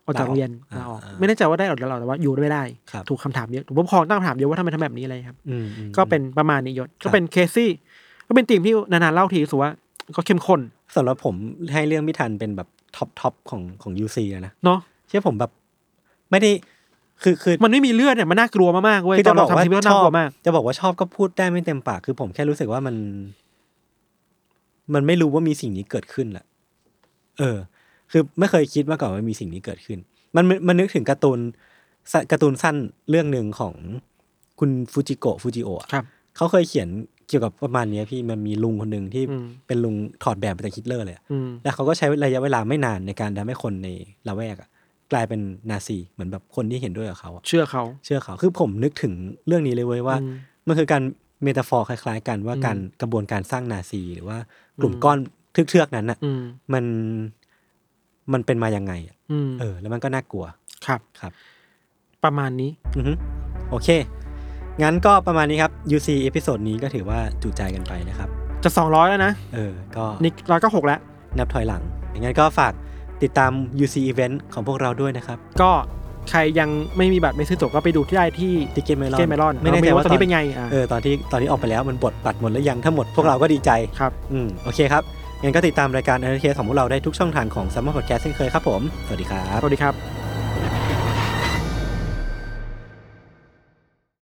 [SPEAKER 3] ออกจากโรงเรียน
[SPEAKER 2] ลาออก
[SPEAKER 3] ลาออก
[SPEAKER 2] อ่า
[SPEAKER 3] ไม่แน่ใจว่าได้ออกหรือเปล่าแต่ว่าอยู่ไม่ได้
[SPEAKER 2] ครับ
[SPEAKER 3] ถูกคำถามเยอะถูกผู้ปกครองตั้งคำถามเยอะว่าทำไมทำแบบนี้อะไรครับ
[SPEAKER 2] อืมอืม
[SPEAKER 3] ก็เป็นประมาณนี้ยศ
[SPEAKER 2] ครั
[SPEAKER 3] ก็
[SPEAKER 2] บ
[SPEAKER 3] เป็นเคสที่ก็เป็นธีมที่นานๆเล่าทีรู้สึกว่า ก็เข้มข้น
[SPEAKER 2] สำหรับผมให้เรื่องพี่ทันเป็นแบบท็อปทอปของของยูซีนะ
[SPEAKER 3] เนาะ
[SPEAKER 2] เชื่อผมแบบ ไม่ได้คือคือ
[SPEAKER 3] มันไม่มีเลือดเนี่ยมันน่ากลัวมากๆเว้ย
[SPEAKER 2] คือ
[SPEAKER 3] ตอ
[SPEAKER 2] จะบอ
[SPEAKER 3] นเรา
[SPEAKER 2] ก
[SPEAKER 3] ทำ
[SPEAKER 2] ว่า
[SPEAKER 3] ทีมก็
[SPEAKER 2] ช
[SPEAKER 3] น่า
[SPEAKER 2] อก บ
[SPEAKER 3] ลัวมาก
[SPEAKER 2] จะบอกว่าชอบก็พูดได้ไม่เต็มปาก คือผมแค่รู้สึกว่ามัน มันไม่รู้ว่ามีสิ่งนี้เกิดขึ้นแหละเออ คือไม่เคยคิดมาก่อนว่ามีสิ่งนี้เกิดขึ้น มันมันนึกถึงการ์ตูนสการ์ตูนสั้นเรื่องหนึ่งของคุณฟูจิโกะฟูจิโอะ
[SPEAKER 3] ครับ
[SPEAKER 2] เขาเคยเขียนเกี่ยวกับประมาณเนี้ยพี่มันมีลุงคนหนึ่งที่เป็นลุงถอดแบบมาจากฮิตเลอร์เลยอะ
[SPEAKER 3] อืม
[SPEAKER 2] แล้วเขาก็ใช้ระยะเวลาไม่นานในการทำให้คนในละแวกอะกลายเป็นนาซีเหมือนแบบคนที่เห็นด้วยกับเขาอะ
[SPEAKER 3] เชื่อเขา
[SPEAKER 2] เชื่อเขาคือผมนึกถึงเรื่องนี้เลยเว้ยว่า
[SPEAKER 3] อืม
[SPEAKER 2] มันคือการเมตาฟอร์คล้ายๆกันว่า
[SPEAKER 3] อืม
[SPEAKER 2] การกระบวนการสร้างนาซีหรือว่ากลุ่มก้อนเทือกๆนั้นอะ
[SPEAKER 3] อืม
[SPEAKER 2] มันมันเป็นมายังไงอะ
[SPEAKER 3] อืม
[SPEAKER 2] เออ แล้วมันก็น่ากลัว
[SPEAKER 3] ครับ
[SPEAKER 2] ครับ
[SPEAKER 3] ประมาณนี้
[SPEAKER 2] อือฮึโอเค งั้นก็ประมาณนี้ครับ UC เอพิโซดนี้ก็ถือว่าจุใจกันไปนะครับ
[SPEAKER 3] จะสองร้อยแล้วนะ
[SPEAKER 2] เออก็
[SPEAKER 3] นี่ร้อยก็หกแล้ว
[SPEAKER 2] นับถอยหลัง อย่างนั้นก็ฝากติดตาม UC Event ของพวกเราด้วยนะครับ
[SPEAKER 3] ก็ใครยังไม่มีบัตรไม่ซื้อตั๋วก็ไปดูที่ได้ที่
[SPEAKER 2] ที่เกมเมลอน
[SPEAKER 3] เกมเมลอน
[SPEAKER 2] ไม่แน่ใจ
[SPEAKER 3] เร
[SPEAKER 2] ว่า
[SPEAKER 3] ตอนนี้เป็นไงอ่า
[SPEAKER 2] เออตอนที่ตอนที่ออกไปแล้วมันบดบัตรหมดแล้วยังถ้าหมดพวกเราก็ดีใจ
[SPEAKER 3] ครับ
[SPEAKER 2] อืมโอเคครับ งั้นก็ติดตามรายการ n อ t เทของพวกเราได้ทุกช่องทางของ s u m m e r Podcast เช่นเคยครับผม สวัสดีครับ
[SPEAKER 3] สวัสดีครับ